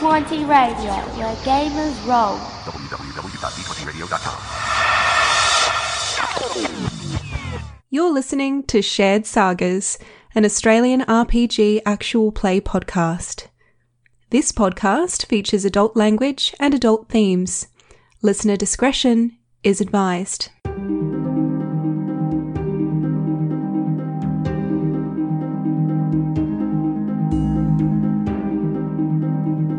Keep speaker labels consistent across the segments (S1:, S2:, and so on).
S1: Radio, where gamers roll.
S2: You're listening to Shared Sagas, an Australian RPG actual play podcast. This podcast features adult language and adult themes. Listener discretion is advised.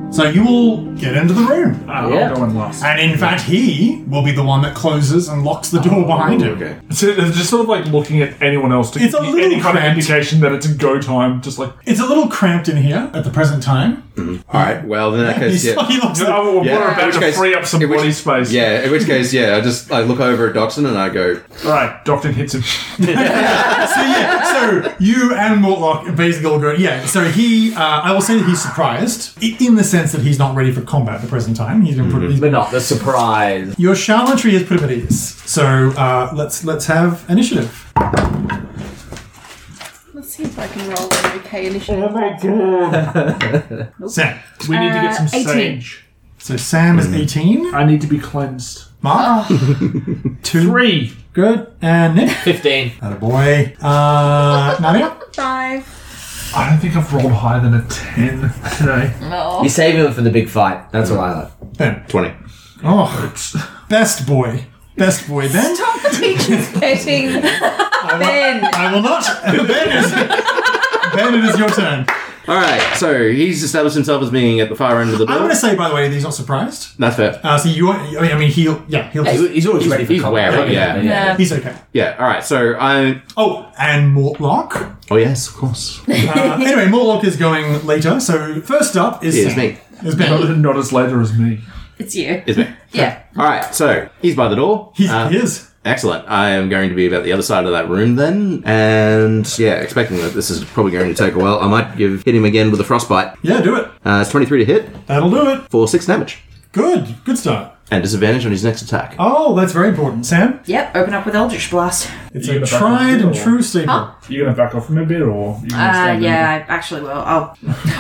S3: So you will get into the room.
S4: Ah, I'll
S5: Yeah.
S4: go and last.
S3: And in fact, he will be the one that closes and locks the door behind him.
S5: Oh, Okay.
S4: So it's just sort of like looking at anyone else to
S3: It's a
S4: get
S3: little
S4: any kind of
S3: cramped.
S4: indication that it's go time. Just like
S3: It's a little cramped in here at the present time.
S5: All right. Well, then in that case,
S3: He's-
S5: yeah.
S3: he looks
S4: no,
S3: at-
S4: we're we're
S5: Yeah, in
S4: oh, about
S5: which
S4: to
S5: case-
S4: free up some
S5: in which-
S4: body space.
S5: Yeah. In which case, yeah. I just I look over at Doxon and I go,
S4: All right. Doctor hits him.
S3: so yeah, so you and Mortlock basically all go. Yeah, so he, uh, I will say that he's surprised i- in the sense that he's not ready for combat at the present time. He's been put.
S5: Mm-hmm.
S3: he's-
S6: But not the surprise.
S3: your charlatanry has put him at ease. So uh, let's let's have initiative.
S7: Let's see if I can roll an okay initiative.
S3: Sam.
S4: We need to get some
S7: Uh, 18.
S4: sage.
S3: So Sam is
S5: Mm-hmm.
S3: eighteen.
S4: I need to be cleansed.
S3: Mark two.
S4: Three.
S3: Good and Nick.
S6: 15.
S3: Atta boy. Uh, Nadia.
S7: Five.
S4: I don't think I've rolled higher than a ten today.
S6: You're saving them for the big fight. That's what I like.
S3: Ben.
S5: twenty.
S3: Oh, best boy. Best boy, Ben.
S7: Stop the teacher's petting Ben.
S3: I will not. Ben, is, ben, it is your turn.
S5: All right. So he's established himself as being at the far end of the
S3: I'm
S5: building.
S3: going to say, by the way, that he's not surprised.
S5: That's fair.
S3: Uh, so you, I mean, I mean, he'll, yeah, he'll,
S6: He's, he's always ready for
S5: he's
S6: combat.
S5: wary, yeah.
S7: Yeah.
S3: he's okay.
S5: Yeah. All right. So I.
S3: Oh, and Mortlock.
S5: Oh yes, of course. It
S3: Uh, anyway, Mortlock is going later. So first up is
S5: is
S3: Sam.
S5: me.
S3: Is
S4: Not,
S3: Ben.
S4: not as later as me.
S7: It's you.
S5: It's me.
S7: Yeah.
S5: All right. So he's by the door.
S3: He's,
S5: Uh,
S3: he is.
S5: Excellent. I am going to be about the other side of that room then, and yeah, expecting that this is probably going to take a while. I might give hit him again with a frostbite.
S3: Yeah, do it.
S5: Uh, it's twenty-three to hit
S3: That'll do it.
S5: for six damage
S3: Good. Good start.
S5: and disadvantage on his next attack.
S3: Oh, that's very important, Sam.
S7: Yep. Open up with Eldritch Blast.
S3: It's
S4: You
S3: a
S4: gonna back
S3: tried
S4: off
S3: and
S4: or-
S3: true staple.
S4: You gonna back off from a bit, or you gonna
S7: Uh,
S4: stand there?
S7: yeah, I actually will. Oh,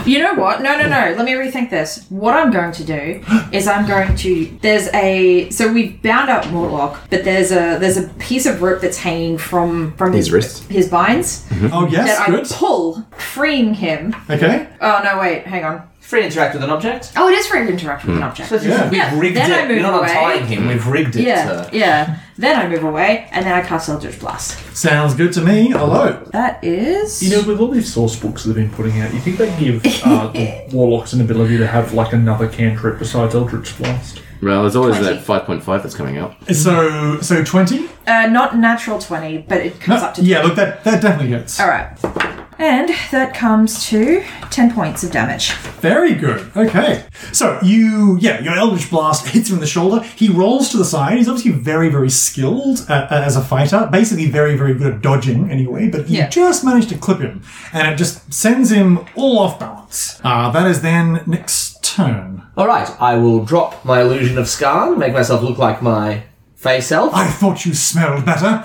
S7: you know what? No, no, no. Let me rethink this. What I'm going to do is I'm going to. There's a so we've bound up Mortlock, but there's a there's a piece of rope that's hanging from from
S5: His wrists.
S7: his binds
S3: Oh, yes,
S7: that
S3: good.
S7: I pull, freeing him.
S3: Okay.
S7: Oh no, wait, hang on.
S6: Free interact with an object.
S7: Oh, it is free interaction with an object.
S3: Yeah.
S6: We've rigged
S7: then I
S6: it. We're
S7: move
S6: not
S7: away.
S6: untying him. We've rigged it.
S7: Yeah,
S6: to-
S7: yeah. Then I move away, and then I cast Eldritch Blast.
S3: Sounds good to me. Hello.
S7: That is.
S4: You know, with all these source books they've been putting out, you think they give uh, the warlocks an ability to have like another cantrip besides Eldritch Blast?
S5: Well, there's always
S7: 20.
S5: that 5.5 that's coming up.
S3: So, so 20?
S7: uh, not natural twenty, but it comes up to.
S3: yeah, look, that, that definitely hits.
S7: All right. And that comes to ten points of damage.
S3: Very good. Okay. So you, yeah, your Eldritch Blast hits him in the shoulder. He rolls to the side. He's obviously very, very skilled uh, as a fighter. Basically, very, very good at dodging anyway, but you
S7: Yeah.
S3: just managed to clip him. And it just sends him all off balance. Uh, that is then next turn.
S6: All right. I will drop my illusion of Skarn, make myself look like my face self.
S3: I thought you smelled better.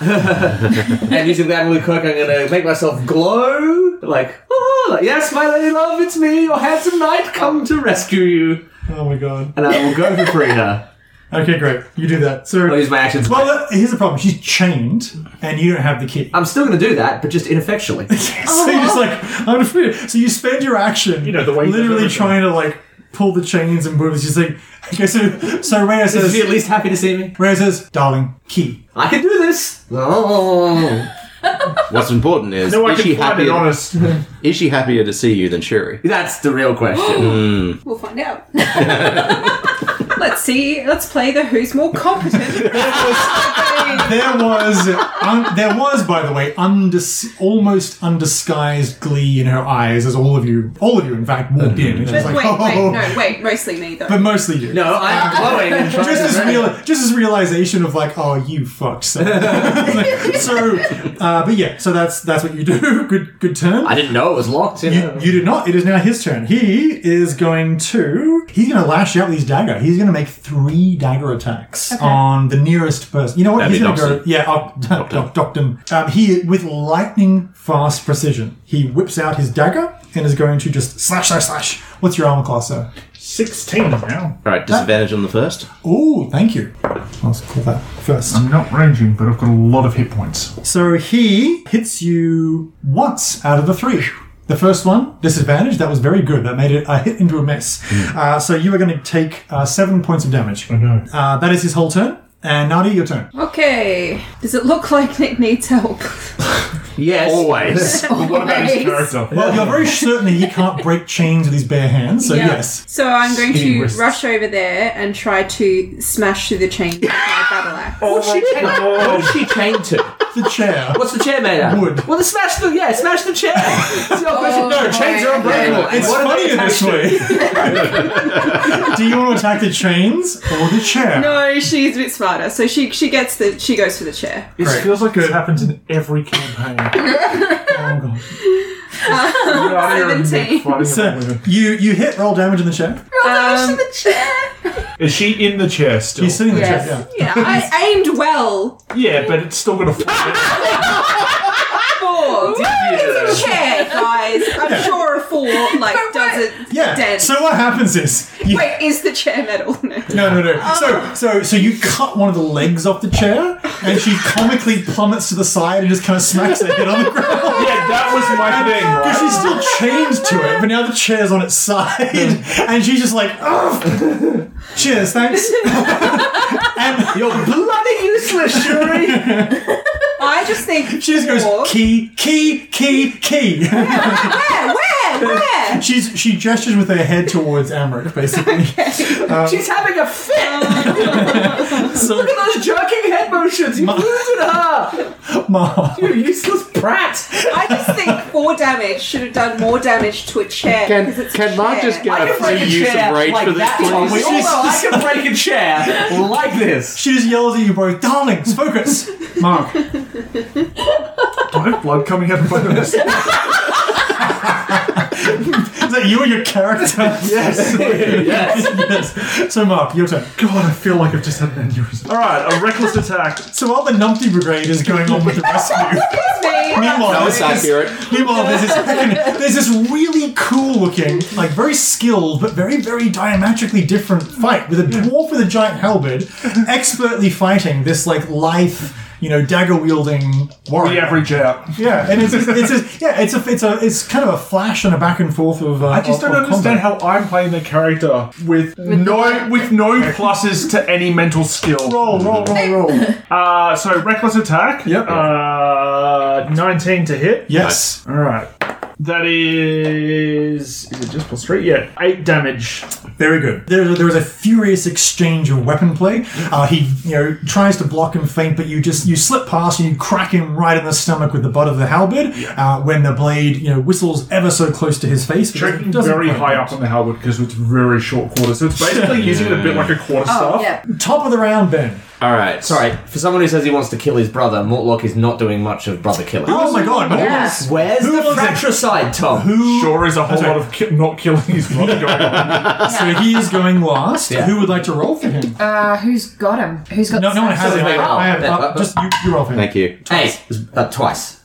S6: and using that Luke Kirk, I'm going to make myself glow. Like, oh, like, yes, my lady love, it's me, your handsome knight, come to rescue you.
S3: oh my god.
S6: And I will go to free her.
S3: Okay, great. You do that. So,
S6: I'll use my actions.
S3: well, uh, here's the problem. She's chained, and you don't have the key.
S6: I'm still going to do that, but just ineffectually.
S3: So you're just like, I'm gonna free it. So you spend your action,
S4: know, the way you
S3: literally
S4: deliver it.
S3: trying to like pull the chains and move. It's just like, okay, so so Rhea
S6: Is she at
S3: says,
S6: least happy to see me?
S3: Rhea says, darling, key.
S6: I can do this. Oh.
S5: What's important is,
S4: No, I
S5: is, she
S4: can find
S5: happier,
S4: it honest.
S5: is she happier to see you than Shuri?
S6: That's the real question.
S7: We'll find out. let's see. Let's play the who's more competent.
S3: There was, un- there was, by the way, undis- almost undisguised glee in her eyes as all of you, all of you, in fact,
S4: Mm-hmm.
S3: walked in. And she was like,
S8: Wait,
S3: oh,
S8: wait, no, wait, mostly me though.
S3: but mostly you.
S6: no, I'm glowing and trying
S3: Just
S6: to
S3: as real, just as realization of like, oh, you fucked. So, so uh, but yeah, so that's that's what you do. Good, good turn.
S6: I didn't know it was locked. You
S3: You,
S6: know.
S3: you did not. It is now his turn. He is going to. He's going to lash out with his dagger. He's going to make three dagger attacks on the nearest person. You know what?
S5: That'd
S3: he's
S5: be
S3: going to go.
S5: Doxton.
S3: Yeah, oh, Doc, Doctum. Um, he with lightning fast precision. He whips out his dagger. and is going to just slash, slash, slash. What's your armor class, sir?
S4: 16 now.
S5: Alright, disadvantage on the first.
S3: Oh, thank you. I'll call that first.
S4: I'm not ranging, but I've got a lot of hit points.
S3: So he hits you once out of the three. The first one, disadvantage, that was very good. That made it a hit into a miss. Uh, so you are going to take uh, seven points of damage.
S4: Hmm. know.
S3: Uh, that is his whole turn. And Nadi, your turn.
S9: Okay. Does it look like Nick needs help?
S6: Yes.
S5: Always.
S4: But what about his
S9: Always.
S4: character?
S3: Well, you're very certain that he can't break chains with his bare hands, so
S8: Oh. Yeah.
S3: yes.
S8: So I'm going
S4: Skinny
S8: to
S4: wrists.
S8: rush over there and try to smash through the chain with my battle
S3: Oh
S8: axe.
S6: What's she, chained, what's she chained to?
S3: The chair.
S6: What's the chair made out? of?
S3: Wood.
S6: Well, then smash the yeah, smash the chair. It's your question.
S9: Oh,
S6: no, chains are unbreakable.
S9: okay.
S3: It's
S6: What are they
S3: funnier this
S6: attached to?
S3: way. Do you want to attack the chains or the chair?
S8: No, Oh, she's a bit smarter. So she she gets the she goes for the chair.
S4: It
S3: Great.
S4: feels like it happens in every campaign.
S3: Oh, God.
S4: We're out here and
S8: Seventeen.
S4: fighting about
S3: So
S4: women.
S3: you, you hit roll damage in the chair.
S8: Um,
S4: Is she in the chair still?
S3: He's sitting in the
S9: Yes.
S3: chair, yeah.
S8: yeah, I aimed well.
S4: yeah, but it's still gonna fall.
S8: Four. It's a chair, guys. I'm sure a four like doesn't.
S3: Yeah.
S8: Dead.
S3: So what happens is you,
S8: Wait, Oh. is the chair metal? No.
S3: No, no, no. So, so, so you cut one of the legs off the chair, and she comically plummets to the side and just kind of smacks her head on the ground.
S4: yeah, that was my thing,
S3: Because
S4: right?
S3: she's still chained to it, but now the chair's on its side, and she's just like, "Ugh." "Cheers, thanks." and
S6: You're bloody useless, Shuri.
S8: I just think
S3: she just
S8: four.
S3: goes, "Key, key, key, key."
S8: Where? Where? Where?
S3: she's she gestures with her head towards Amrit, basically. Um,
S6: She's having a fit.
S3: So,
S6: Look at those jerking head motions. You wounded her.
S3: Ma,
S6: You useless brat.
S8: I just think four damage should have done more damage to a chair.
S5: Can,
S8: because it's a
S5: can Mark
S8: chair.
S5: just get
S6: I
S5: a
S6: can break
S5: free
S6: a
S5: use
S6: chair
S5: of rage
S6: like
S5: for this,
S6: that, Tom.
S5: please?
S6: We all know I can break a chair like this.
S3: she just yells at you both, "Darlings, focus!" Mark,
S4: Do I have blood coming out of my nose?
S3: is that you and your character?
S6: yes.
S3: yes. So, Mark, your turn.
S4: God, I feel like I've just had an aneurysm. Alright, a reckless attack.
S3: So while the Numpty Brigade is going on with the rescue, meanwhile,
S5: That
S3: there's
S5: was
S3: this,
S5: accurate.
S3: meanwhile there's, this heckin- there's this really cool looking, like very skilled, but very, very diametrically different fight with a dwarf with a giant halberd expertly fighting this, like, lithe, you know, dagger wielding warrior.
S4: The average out.
S3: Yeah, and it's, it's, it's yeah, it's a, it's a, it's kind of a flash and a back and forth of. Uh,
S4: I just don't understand how I'm playing the character with no with no pluses to any mental skill.
S3: Roll, roll, roll, roll.
S4: Uh, so reckless attack.
S3: Yep.
S4: Uh, 19 to hit.
S3: Yes.
S4: All right. That is is it just plus three? Yeah, eight damage.
S3: Very good. There, there is a furious exchange of weapon play. Uh, he, you know, tries to block and feint, but you just you slip past and you crack him right in the stomach with the butt of the halberd. Uh, when the blade, you know, whistles ever so close to his face. but
S4: Checking
S3: doesn't
S4: very
S3: quite
S4: high
S3: hit.
S4: up on the halberd because it's very short quarter, so it's basically using it a bit like a quarter
S8: Oh,
S4: staff.
S9: yeah.
S3: Top of the round, Ben.
S5: Alright.
S6: Sorry, for someone who says he wants to kill his brother, Mortlock is not doing much of brother killing.
S3: Oh my god! but
S9: Yes.
S6: Where's
S3: Who
S6: the
S3: was it?
S6: fratricide, Tom?
S3: Who?
S4: Sure is a whole
S3: Okay.
S4: lot of ki- not killing his brother going on.
S3: So he is going last.
S6: Yeah.
S3: Who would like to roll for him?
S9: Uh, who's got him? Who's got?
S3: no, no one has it. I, I have.
S6: Oh.
S3: uh, just you, you roll for him.
S5: Thank you.
S6: Hey, uh, twice.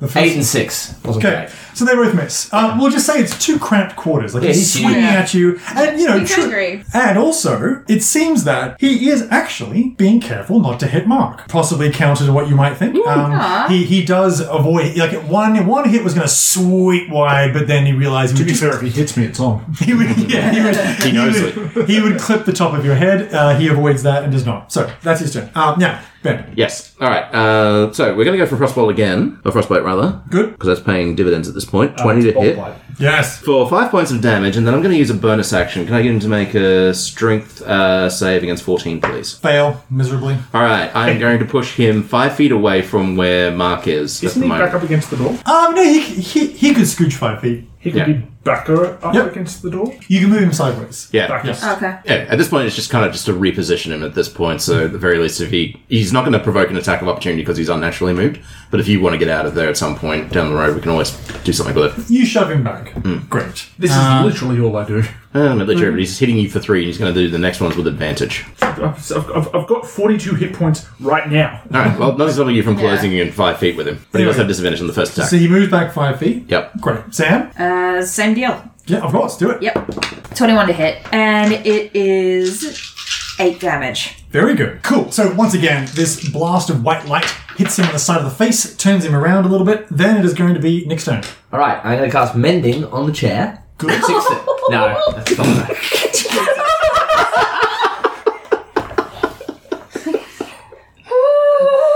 S3: The first-
S6: Eight and six. Wasn't
S3: Okay,
S6: great.
S3: so they both miss. Um, we'll just say it's two cramped quarters. Like
S6: Yeah,
S3: he's,
S6: he's huge.
S3: swinging at you, and you know,
S8: He's
S3: tru-
S8: angry.
S3: and also it seems that he is actually being careful not to hit Mark. Possibly counter to what you might think. Um, he he does avoid like one one hit was going to sweep wide, but then he realized he
S4: To
S3: would
S4: be
S3: just
S4: fair, if he hits me, it's on.
S3: he would yeah he would
S5: He knows it.
S3: would, he would clip the top of your head. Uh, he avoids that and does not. So that's his turn. Um, now Ben,
S5: Yes. All right. Uh, so we're going to go for frostball again, or frostbite rather,
S3: good.
S5: because that's paying dividends at this point.
S4: Uh,
S5: Twenty to hit
S4: Spotlight.
S3: Yes,
S5: for five points of damage, and then I'm going to use a bonus action. Can I get him to make a strength uh, save against fourteen, please?
S3: fail miserably.
S5: All right. I'm going to push him five feet away from where Mark is at
S4: Isn't
S5: the
S4: he back
S5: moment.
S4: up against the door?
S3: Um, no, he he he could scooch five feet.
S4: He could
S5: Yeah.
S4: be back o- up
S3: Yep.
S4: against the door.
S3: You can move him sideways.
S5: Yeah.
S4: Yes.
S8: Okay.
S5: Yeah, at this point, it's just kind of just to reposition him at this point. So, at the very least, if he he's not going to provoke an attack of opportunity because he's unnaturally moved. But if you want to get out of there at some point down the road, we can always do something with it.
S6: Mm.
S3: You shove him back. Great.
S4: This is literally all I do.
S5: Uh, my literary, but he's hitting you for three, and he's going to do the next ones with advantage.
S4: I've, I've, I've got 42 hit points right now.
S5: All right. Well, nothing's stopping you from closing in five feet with him, but he does have disadvantage on the first attack.
S3: So he moves back five feet.
S5: Yep.
S3: Great. Sam?
S9: Uh, same deal.
S3: Yeah, of course. Do it.
S9: Yep. 21 to hit. And it is 8 damage.
S3: Very good. Cool. So once again, this blast of white light hits him on the side of the face, turns him around a little bit. Then it is going to be Nick's turn.
S6: All right, I'm going to cast mending on the chair.
S3: Good.
S6: Fix it. No, that's not right.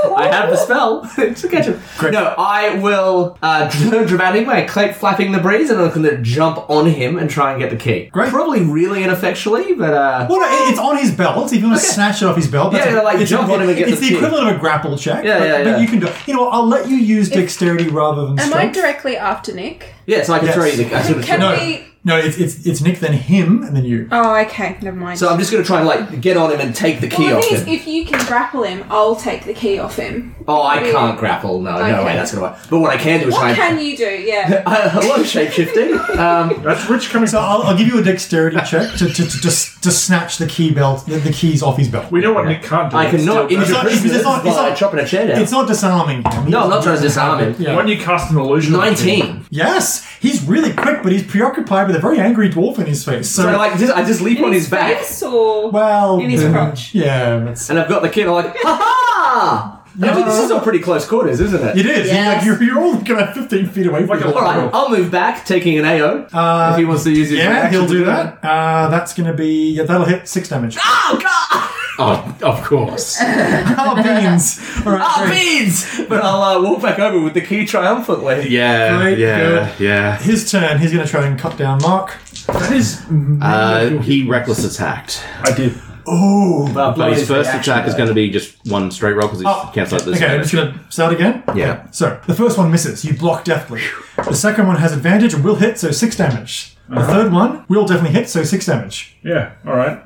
S6: I have the spell. it's a catch
S3: Great.
S6: No, I will uh, dramatic way, cla- flapping the breeze, and I'm going to jump on him and try and get the key.
S3: Great.
S6: Probably really ineffectually, but uh,
S3: Well, no, it- it's on his belt. If you want to snatch it off his belt, that's
S6: Yeah, yeah, like,
S3: it's,
S6: jump on him and get
S3: It's
S6: the
S3: the,
S6: key.
S3: equivalent of a grapple check.
S6: Yeah,
S3: but,
S6: yeah,
S3: but
S6: yeah.
S3: you can do. You know, what, I'll let you use dexterity rather than
S2: Am I
S3: strength.
S2: directly after Nick?
S6: yeah, so I can
S3: Yes.
S6: throw you the. I sort of-
S2: Can
S3: no,
S2: we?
S3: no, it's, it's it's Nick, then him, and then you.
S2: Oh, okay. Never mind.
S6: So I'm just going to try and like get on him and take the key
S2: well, the
S6: off
S2: thing is,
S6: him.
S2: if you can grapple him, I'll take the key off him.
S6: Oh, I
S2: Maybe-
S6: can't grapple. No, no
S2: Okay.
S6: way, that's going to work. But what I can do is try
S2: What
S6: and.
S2: can you do? Yeah.
S6: uh, hello, shapeshifting. Um,
S4: That's Rich coming.
S3: So I'll, I'll give you a dexterity check to to, to, to, s- to snatch the key belt, the, the keys off his belt.
S4: we know what Nick can't do.
S6: I cannot
S4: Still-
S6: injure
S3: not- it's
S6: prisoners
S3: not- it's
S6: by
S3: not-
S6: chopping a chair down.
S3: It's not disarming him.
S6: no, I'm not trying to disarm him.
S3: Yeah.
S4: Why don't you cast an illusion? on him?
S6: 19.
S3: Yes, he's really quick, but he's preoccupied with a very angry dwarf in his face. So,
S6: So I like, just, I just leap on his back,
S2: Yes or
S3: well,
S2: in his
S3: uh,
S2: crotch.
S3: Yeah, that's,
S6: and I've got the kid. I'm like, ha Uh, ha! I mean, this is on pretty close quarters, isn't it?
S3: it is. You're, like,
S2: Yes.
S3: you're, you're all about 15 feet away from
S4: Like a
S3: him.
S6: All right, I'll move back, taking an AO
S3: Uh,
S6: if he wants to use his.
S3: Yeah,
S6: reaction
S3: he'll
S6: to
S3: do that. Uh, that's going to be yeah, that'll hit six damage.
S6: Oh god!
S5: Oh, of course.
S3: oh beans! All right,
S6: Oh,
S3: great.
S6: beans! But I'll uh, walk back over with the key triumphantly.
S5: Yeah,
S3: Great,
S5: yeah, yeah.
S3: His turn. He's going to try and cut down Mark.
S4: That is.
S5: Uh, he reckless attacked,
S4: I did.
S3: Oh,
S6: But,
S5: but his first attack is going to be just one straight roll because he's
S3: Oh,
S5: cancelled out this.
S3: okay. I'm just going to start again.
S5: Yeah.
S3: So the first one misses. You block deftly. The second one has advantage and will hit, so six damage. The third one will definitely hit, so six damage.
S4: Yeah. All right.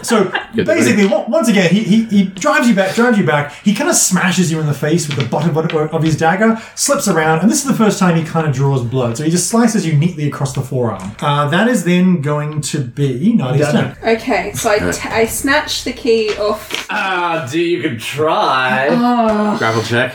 S3: So basically, on- once again, he, he, he drives you back, drives you back. He kind of smashes you in the face with the butt of, of his dagger, slips around, and this is the first time he kind of draws blood. So he just slices you neatly across the forearm. Uh, that is then going to be Nadia's turn.
S2: Okay, so I, t- I snatch the key off.
S6: Ah, do you can try?
S5: Gravel check.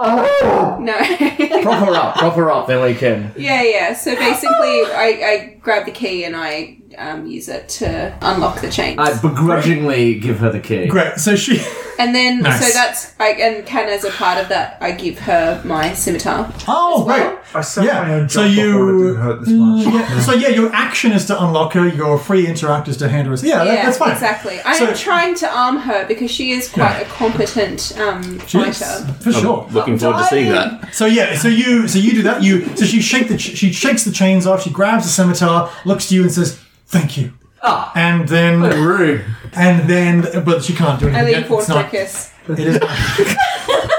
S2: No.
S6: prop her up, prop her up, then we can.
S2: yeah, yeah. So basically, I, I grab the key and I um, use it to unlock the chains.
S6: I begrudgingly give her the key.
S3: Great. So she.
S2: and then,
S3: Nice.
S2: so that's, I, and can as a part of that, I give her my scimitar.
S3: Oh, great.
S4: I set
S3: Yeah,
S4: my own
S3: so
S4: jump
S3: you-
S4: before it didn't hurt this much.
S3: Yeah, so yeah, your action is to unlock her. Your free interact is to hand her. A, yeah, Oh, that-
S2: yeah,
S3: that's fine.
S2: exactly. I
S3: So-
S2: am trying to arm her because she is quite a competent um,
S3: She
S2: fighter.
S3: is, for sure.
S5: Looking forward to seeing that.
S3: So yeah, so you so you do that. You so she shake the ch- she shakes the chains off. She grabs the scimitar, looks to you, and says, "Thank you."
S6: Ah.
S3: And then
S6: Rude.
S3: and then but she can't do
S2: I
S3: anything.
S2: lean
S3: yet.
S2: forward
S3: It's
S2: for a
S3: not.
S2: kiss.
S3: It is. Not.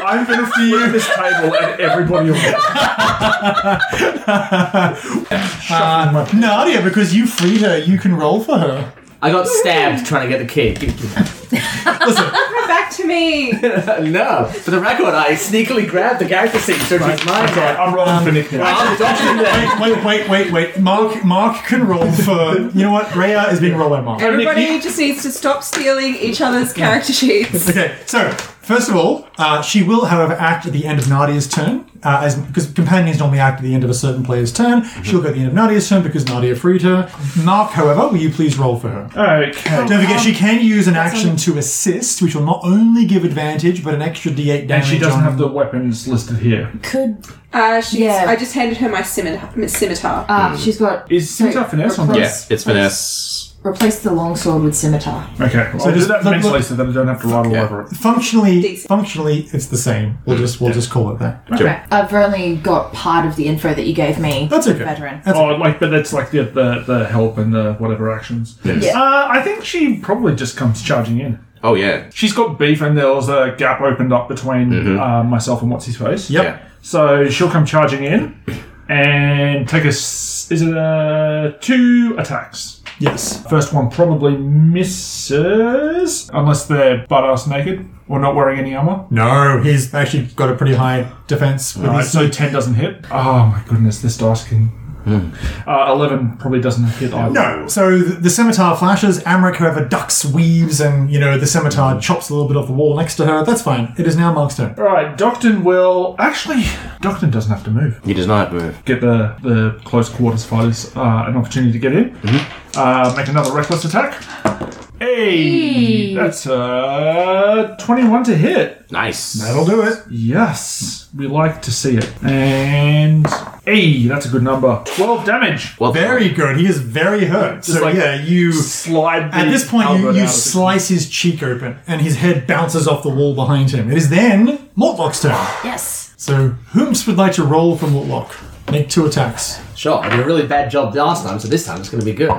S4: I'm going to fear this table and everybody will get
S3: Uh, Nadia, because you freed her, you can roll for her.
S6: I got stabbed trying to get the key.
S3: Listen,
S2: Back to me!
S6: no, for the record, I sneakily grabbed the character seat, so she's mine.
S4: Sorry, I'm rolling for Nick now.
S6: I'm dodging that.
S3: wait, wait, wait, wait, wait. Mark, Mark can roll for. You know what? Rhea is being rolled by Mark.
S2: Everybody just needs to stop stealing each other's character sheets.
S3: Okay, so first of all, uh, she will, however, act at the end of Nadia's turn, uh, as because companions normally act at the end of a certain player's turn.
S4: Mm-hmm.
S3: She'll go at the end of Nadia's turn because Nadia freed her. Mark, however, will you please roll for her?
S4: Oh, Okay.
S3: Don't forget, she can use an action to assist, which will not only give advantage but an extra d8 damage.
S4: And she doesn't
S3: on-
S4: have the weapons listed here.
S8: Could
S2: Uh, she's,
S8: Yeah.
S2: I just handed her my scimitar. my scimitar.
S3: Hmm.
S8: uh, she's got
S4: Is Centaur finesse on
S5: Yeah,
S4: this?
S5: it's finesse.
S8: replace the longsword with scimitar.
S4: Okay. Well,
S3: So
S4: I'll do
S3: just
S4: that
S3: look-
S4: mentally
S3: look-
S4: so that I don't have to write all over it.
S3: Functionally,
S2: Decent.
S3: functionally, it's the same. We'll
S4: Mm.
S3: just we'll just call it that.
S8: Okay. I've only got part of the info that you gave me.
S3: That's okay.
S8: Veteran.
S3: That's
S4: Oh, like, but that's like the, the the help and the whatever actions.
S8: Yeah.
S4: Uh, I think she probably just comes charging in.
S5: Oh yeah.
S4: She's got beef, and there was a gap opened up between uh, myself and what's his face.
S3: Yep.
S5: Yeah.
S4: So she'll come charging in and take us. Is it uh two attacks?
S3: Yes.
S4: First one probably misses, unless they're butt ass naked or not wearing any armor.
S3: No, he's actually got a pretty high defense. with
S4: All right,
S3: his-
S4: so ten doesn't hit. Oh my goodness, this dice can. Uh, 11 probably doesn't hit either.
S3: No. So th- the scimitar flashes. Amric, however, ducks, weaves, and, you know, the scimitar chops a little bit off the wall next to her. That's fine. It is now Mark's turn.
S4: Alright, Docton will. Actually, Docton doesn't have to move.
S5: He does not move.
S4: Get the, the close quarters fighters uh, an opportunity to get in. Uh, make another reckless attack. Hey! That's uh, 21 to hit.
S5: Nice.
S3: That'll do it.
S4: Yes, we like to see it. And. Hey, that's a good number. 12 damage.
S5: Well,
S3: Very good. He is very hurt.
S4: Just
S3: so
S4: like-
S3: yeah, you
S4: Slide.
S3: at
S4: the
S3: this point
S4: Albert
S3: you,
S4: out
S3: you
S4: of the-
S3: slice his cheek open, and his head bounces off the wall behind him. It is then Mortlock's turn.
S9: Yes.
S3: So Hooms would like to roll for Mortlock. Make two attacks.
S6: Sure, I did a really bad job last time, so this time it's going to be good.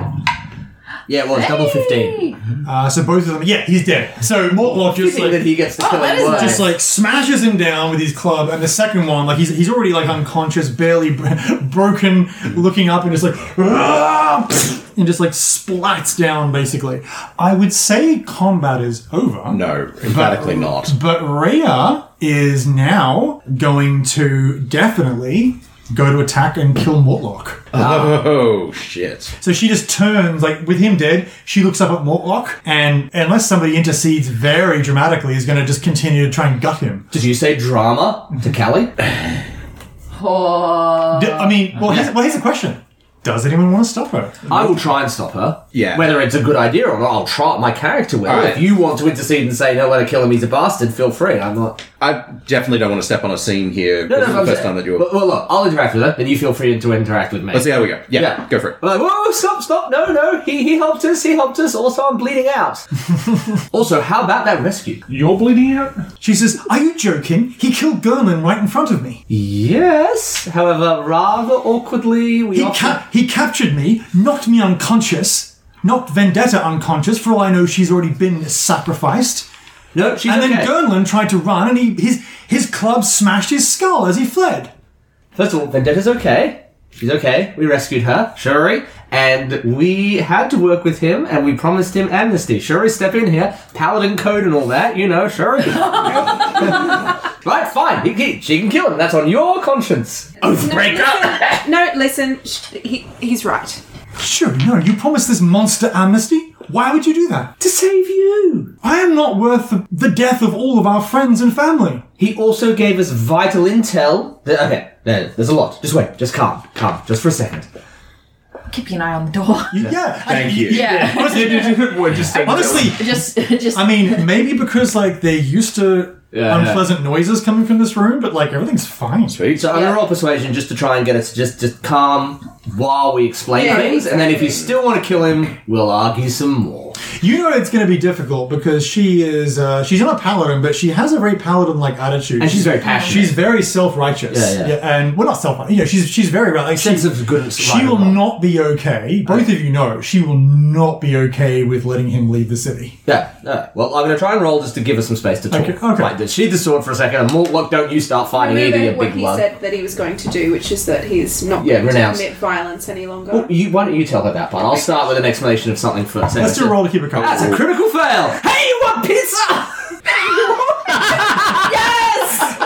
S6: Yeah, well, it's double 15.
S3: Uh, so both of them. Yeah, he's dead. So Mortlock just
S6: Thinking that
S3: like.
S6: he gets to
S9: Oh,
S6: kill
S9: that
S6: him
S9: is
S6: worse.
S3: Just like smashes him down with his club, and the second one, like he's, he's already like unconscious, barely br- broken, looking up, and just like "Ah!" and just like splats down. Basically, I would say combat is over.
S5: no, emphatically not.
S3: But Rhea is now going to definitely go to attack and kill Mortlock.
S5: Oh shit!
S3: So she just turns, like with him dead, she looks up at Mortlock and unless somebody intercedes very dramatically, is gonna just continue to try and gut him.
S6: Did you say drama to Callie?
S3: D- I mean, well here's, well here's the question. Does anyone want to stop her?
S6: I will try and stop her.
S5: Yeah.
S6: Whether it's a good idea or not, I'll try. My character will.
S5: Alright.
S6: If you want to intercede and say no, let her kill him. He's a bastard. Feel free. I'm not.
S5: I definitely don't want to step on a scene here.
S6: No,
S5: this is
S6: no, no.
S5: the first time that you're.
S6: Well, well, look, I'll interact with her, then you feel free to interact with me.
S5: Let's see how we go. Yeah, go for it.
S6: I'm like, whoa, stop, stop, no, no, he, he helped us, he helped us, also I'm bleeding out. also, how about that rescue?
S4: You're bleeding out?
S3: She says, Are you joking? He killed Gerlin right in front of me.
S6: Yes, however, rather awkwardly, we
S3: He,
S6: often-
S3: ca- he captured me, knocked me unconscious, knocked Vendetta unconscious. For all I know, she's already been sacrificed.
S6: No, she's
S3: And
S6: okay.
S3: then Gernlin tried to run, and he his his club smashed his skull as he fled.
S6: First of all, Vendetta's okay. She's okay. We rescued her, Shuri, and we had to work with him, and we promised him amnesty. Shuri, step in here, paladin code and all that, you know, Shuri. right, fine. He, he, she can kill him. That's on your conscience.
S2: No, listen, sh- he, he's right.
S3: Sure, no, you promised this monster amnesty. Why would you do that?
S6: To save you.
S3: I am not worth the, the death of all of our friends and family.
S6: He also gave us vital intel. That, okay, no, there's a lot. Just wait. Just calm. Calm. Just for a second.
S9: Keep an eye on the door.
S3: You- yeah,
S5: Thank you.
S9: Yeah.
S3: honestly,
S9: just, just.
S3: I mean, maybe because like they're used to
S5: Yeah,
S3: unpleasant noises coming from this room, but like everything's fine.
S5: Sweet.
S6: So I'm gonna roll persuasion just to try and get us just just calm while we explain
S2: Yeah,
S6: things, and then if you still want to kill him, we'll argue some more.
S3: You know it's going to be difficult because she is uh, she's not a paladin, but she has a very paladin-like attitude.
S6: And she's very passionate.
S3: She's very self-righteous.
S6: Yeah, yeah.
S3: and well, not self-righteous. You know, she's she's very right. Like,
S6: Sense
S3: she,
S6: of good and right
S3: She
S6: and
S3: will
S6: wrong.
S3: not be okay. Both of you know she will not be okay with letting him leave the city.
S6: Yeah, no. Well, I'm going to try and roll just to give her some space to talk.
S3: Okay, okay.
S6: Right, sheathe the sword for a second. And Mortlock, don't you start fighting either, you
S2: Removing what
S6: big
S2: he
S6: lug.
S2: said that he was going to do, which is that he's not
S6: Yeah,
S2: going
S6: renounce.
S2: to commit violence any longer.
S6: Well, you, why don't you tell her that part? I'll start with an explanation of something first.
S3: Let's do a roll to keep it
S6: That's a
S3: comfortable.
S6: critical fail. Hey, you want pizza?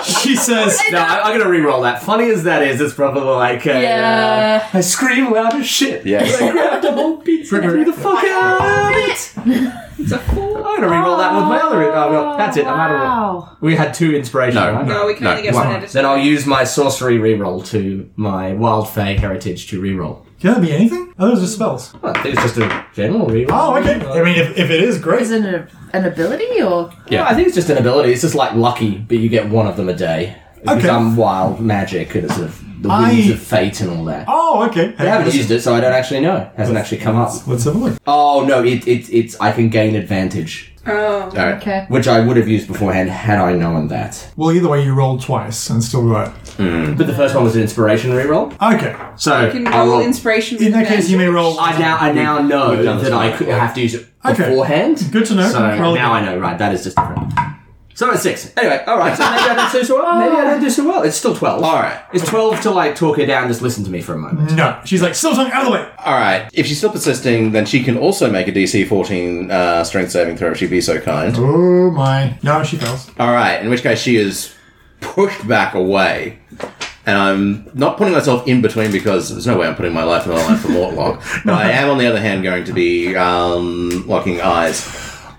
S3: she says,
S6: no, I, I'm going to re-roll that. Funny as that is, it's probably like a,
S9: Yeah.
S6: uh, I scream loud as shit.
S5: Yes.
S6: I grabbed a whole pizza and threw the fuck out of it. It's a four. I'm going to re-roll that with my other. Oh, well, that's it. I'm out of roll.
S9: Wow.
S6: We had two inspiration.
S5: No,
S6: right?
S2: no, we can
S5: no,
S2: only get
S5: one.
S2: one at a time.
S6: Then I'll use my sorcery reroll to my wild fey heritage to reroll.
S3: "Can that be anything? Oh, those are spells."
S6: Well, I think it's just a general reroll.
S3: Oh, okay. I mean, if, if it is
S9: Is
S3: great,
S9: it an, an ability or?
S6: Yeah, I think it's just an ability. It's just like lucky, but you get one of them a day. It's
S3: Okay.
S6: become wild magic and it's sort of the
S3: I-
S6: winds of fate and all that.
S3: oh, okay.
S6: I haven't
S3: let's,
S6: used it, so I don't actually know. It hasn't actually come up.
S3: let's have a look.
S6: Oh no, it, it it's I can gain advantage,
S2: Oh.
S5: All right.
S9: Okay.
S6: which I would have used beforehand had I known that.
S3: Well, either way, you rolled twice and still right.
S6: But the first one was an inspiration reroll,
S3: Okay.
S6: so
S2: You can
S6: I
S2: roll
S6: will-
S2: inspiration.
S3: In that case, you may roll.
S6: I now I now know
S5: we've done this
S6: that I
S5: one
S6: could
S5: before.
S6: have to use it
S3: Okay.
S6: beforehand.
S3: Good to know.
S6: So
S3: Roll
S6: now I
S3: again.
S6: know, right? That is just different. So it's six. Anyway, all right. So maybe I don't do so well. Maybe I don't do so well. It's still twelve.
S5: All right.
S6: It's twelve to like talk her down. Just listen to me for a moment.
S3: No, she's like, still tongue out of the way.
S5: All right. If she's still persisting, then she can also make a DC 14 uh, strength saving throw if she'd be so kind.
S3: Oh
S6: Oh,
S3: my! No, she fails.
S5: All right. In which case, she is pushed back away And I'm not putting myself in between because there's no way I'm putting my life on the line for Mortlock. But I am, on the other hand, going to be um, locking eyes.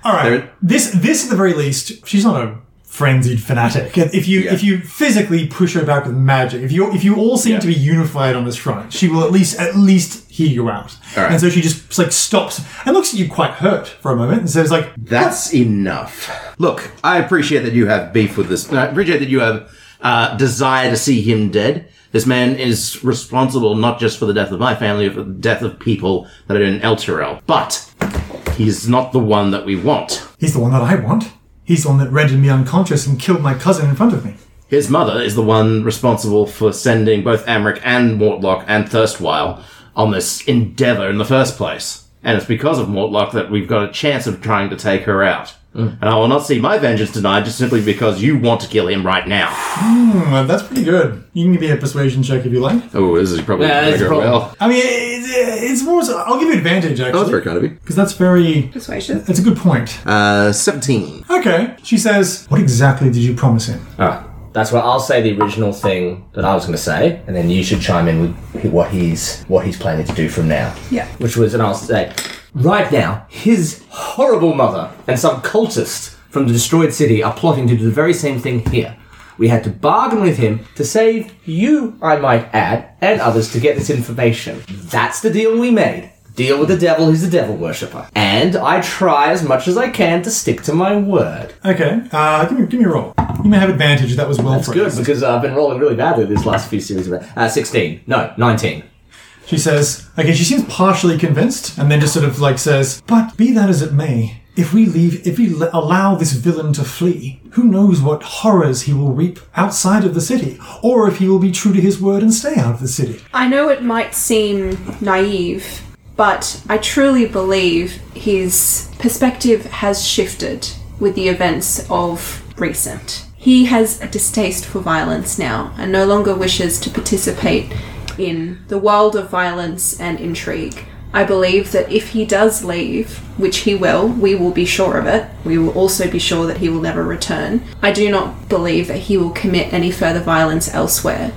S3: All right.
S5: There-
S3: this this at the very least, she's not a frenzied fanatic. If you
S5: Yeah.
S3: if you physically push her back with magic, if you if you all seem
S5: Yeah.
S3: to be unified on this front, she will at least at least hear you out.
S5: All right.
S3: And so she just like stops and looks at you quite hurt for a moment and says like
S5: That's enough. Look, I appreciate that you have beef with this. I appreciate that you have uh, desire to see him dead. This man is responsible not just for the death of my family, but for the death of people that are in El Terrell. But he's not the one that we want.
S3: He's the one that I want. He's the one that rendered me unconscious and killed my cousin in front of me.
S5: His mother is the one responsible for sending both Amric and Mortlock and Thirstwile on this endeavor in the first place. And it's because of Mortlock that we've got a chance of trying to take her out. And I will not see my vengeance denied just simply because you want to kill him right now.
S3: Well, that's pretty good. You can give me a persuasion check if you like.
S5: Oh, this is probably
S6: Yeah, that's
S5: gonna
S6: a
S5: go
S6: problem.
S5: well.
S3: I mean, it's, it's more. so- I'll give you advantage
S5: That was
S3: actually,
S5: very kind of you.
S3: because that's very.
S2: Persuasion.
S3: That's a good point.
S5: Uh, 17.
S3: Okay, she says. What exactly did you promise him?
S6: Ah, that's what I'll say the original thing that I was going to say, and then you should chime in with what he's what he's planning to do from now.
S2: Yeah.
S6: Which was, and I'll say, right now, his horrible mother and some cultists from the destroyed city are plotting to do the very same thing here. We had to bargain with him to save you, I might add, and others to get this information. That's the deal we made. Deal with the devil, he's a devil worshipper. And I try as much as I can to stick to my word.
S3: Okay, uh, give me give me a roll. You may have advantage. That was well
S6: That's good because I've been rolling really badly these last few series. Of, uh, 16. No, 19.
S3: She says. Okay, she seems partially convinced, and then just sort of like says, "But be that as it may." If we leave, if we l- allow this villain to flee, who knows what horrors he will reap outside of the city, or if he will be true to his word and stay out of the city.
S2: I know it might seem naive, but I truly believe his perspective has shifted with the events of recent. He has a distaste for violence now and no longer wishes to participate in the world of violence and intrigue. I believe that if he does leave, which he will, we will be sure of it. We will also be sure that he will never return. I do not believe that he will commit any further violence elsewhere.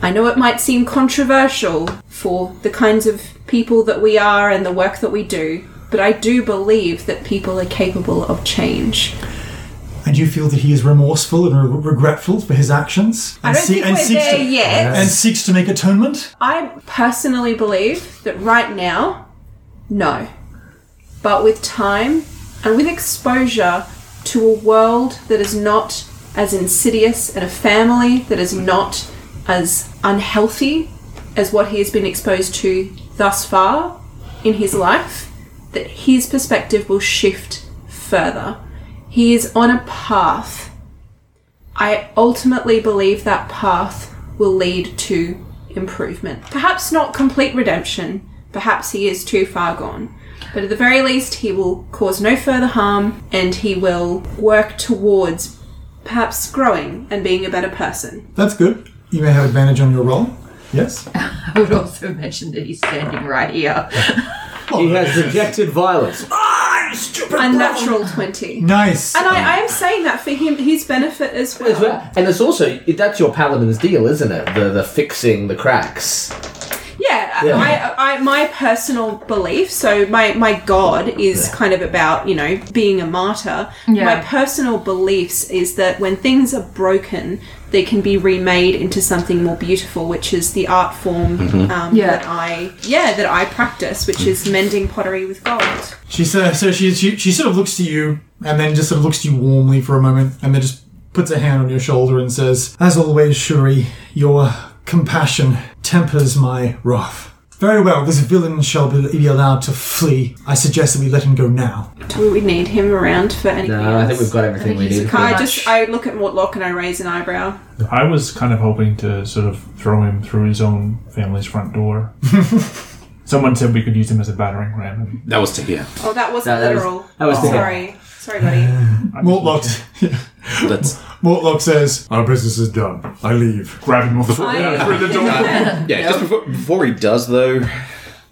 S2: I know it might seem controversial for the kinds of people that we are and the work that we do, but I do believe that people are capable of change.
S3: And you feel that he is remorseful and re- regretful for his actions? And
S2: I don't
S3: see-
S2: think
S3: and
S2: we're
S3: seeks
S2: there
S3: to,
S2: yet.
S3: And seeks to make atonement?
S2: I personally believe that right now, no. But with time and with exposure to a world that is not as insidious and a family that is not as unhealthy as what he has been exposed to thus far in his life, that his perspective will shift further. He is on a path I ultimately believe that path will lead to improvement. Perhaps not complete redemption, perhaps he is too far gone. But at the very least, he will cause no further harm and he will work towards perhaps growing and being a better person.
S3: That's good. You may have advantage on your roll. Yes?
S7: I would also mention that he's standing right here.
S6: He has rejected violence.
S2: A natural 20.
S3: Nice.
S2: And I, I am saying that for him, his benefit as
S6: As
S2: well.
S6: well. And it's also, that's your paladin's deal, isn't it? The, the fixing the cracks.
S2: Yeah, I, I, my personal belief. So my my God is kind of about you know being a martyr.
S7: Yeah.
S2: My personal beliefs is that when things are broken, they can be remade into something more beautiful, which is the art form
S6: Mm-hmm.
S2: um,
S7: Yeah.
S2: that I yeah that I practice, which is mending pottery with gold.
S3: she says, so she, she, she sort of looks to you and then just sort of looks to you warmly for a moment and then just puts a hand on your shoulder and says, As always, Shuri, your compassion tempers my wrath. Very well, this villain shall be be allowed to flee. I suggest that we let him go now.
S2: Do we need him around for anything?
S6: No, I
S2: else?
S6: think we've got everything we
S7: he's
S6: need.
S7: a
S2: Can I
S7: Pretty
S2: just
S7: much.
S2: I look at Mortlock and I raise an eyebrow.
S4: I was kind of hoping to sort of throw him through his own family's front door. Someone said we could use him as a battering ram.
S5: That was to hear.
S2: Oh, that wasn't
S6: No, that was-
S2: literal. Oh,
S6: that was the-
S2: sorry, sorry, buddy.
S3: Mortlock,
S5: That's
S3: Mortlock says, Our business is done. I leave.
S4: Grab him off the floor.
S2: I-
S4: through the door.
S5: yeah. Just before, before he does though,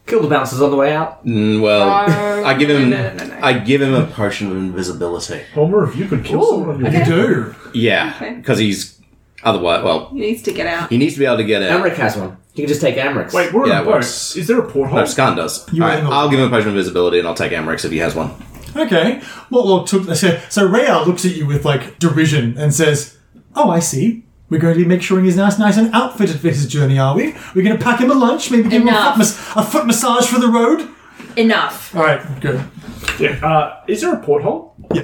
S6: Kill the bouncers on the way out.
S5: mm, well,
S7: Oh,
S5: I give him
S2: no, no, no, no.
S5: I give him a potion of invisibility.
S4: Homer, if you could kill someone, you
S3: You do.
S5: Yeah,
S2: Okay.
S5: because he's Otherwise, well,
S2: He needs to get out.
S5: he needs to be able to get out.
S6: Amric has one. You can just take Amric's.
S4: Wait, we're
S5: Yeah,
S4: in
S5: it
S4: a boat.
S5: works.
S4: Is there a porthole?
S5: No, Scan does.
S3: You
S5: Alright,
S3: win the-
S5: I'll give him a potion of invisibility and I'll take Amrix if he has one.
S3: Okay. Mortlock took this. So, so Rayal looks at you with like derision and says, "Oh, I see. We're going to be making sure he's nice, nice and outfitted for his journey, are we? We're going to pack him a lunch, maybe give him a
S9: Enough.
S3: foot, mas- a foot massage for the road.
S9: Enough.
S3: All right, good.
S4: Yeah. Uh, is there a porthole? Yeah.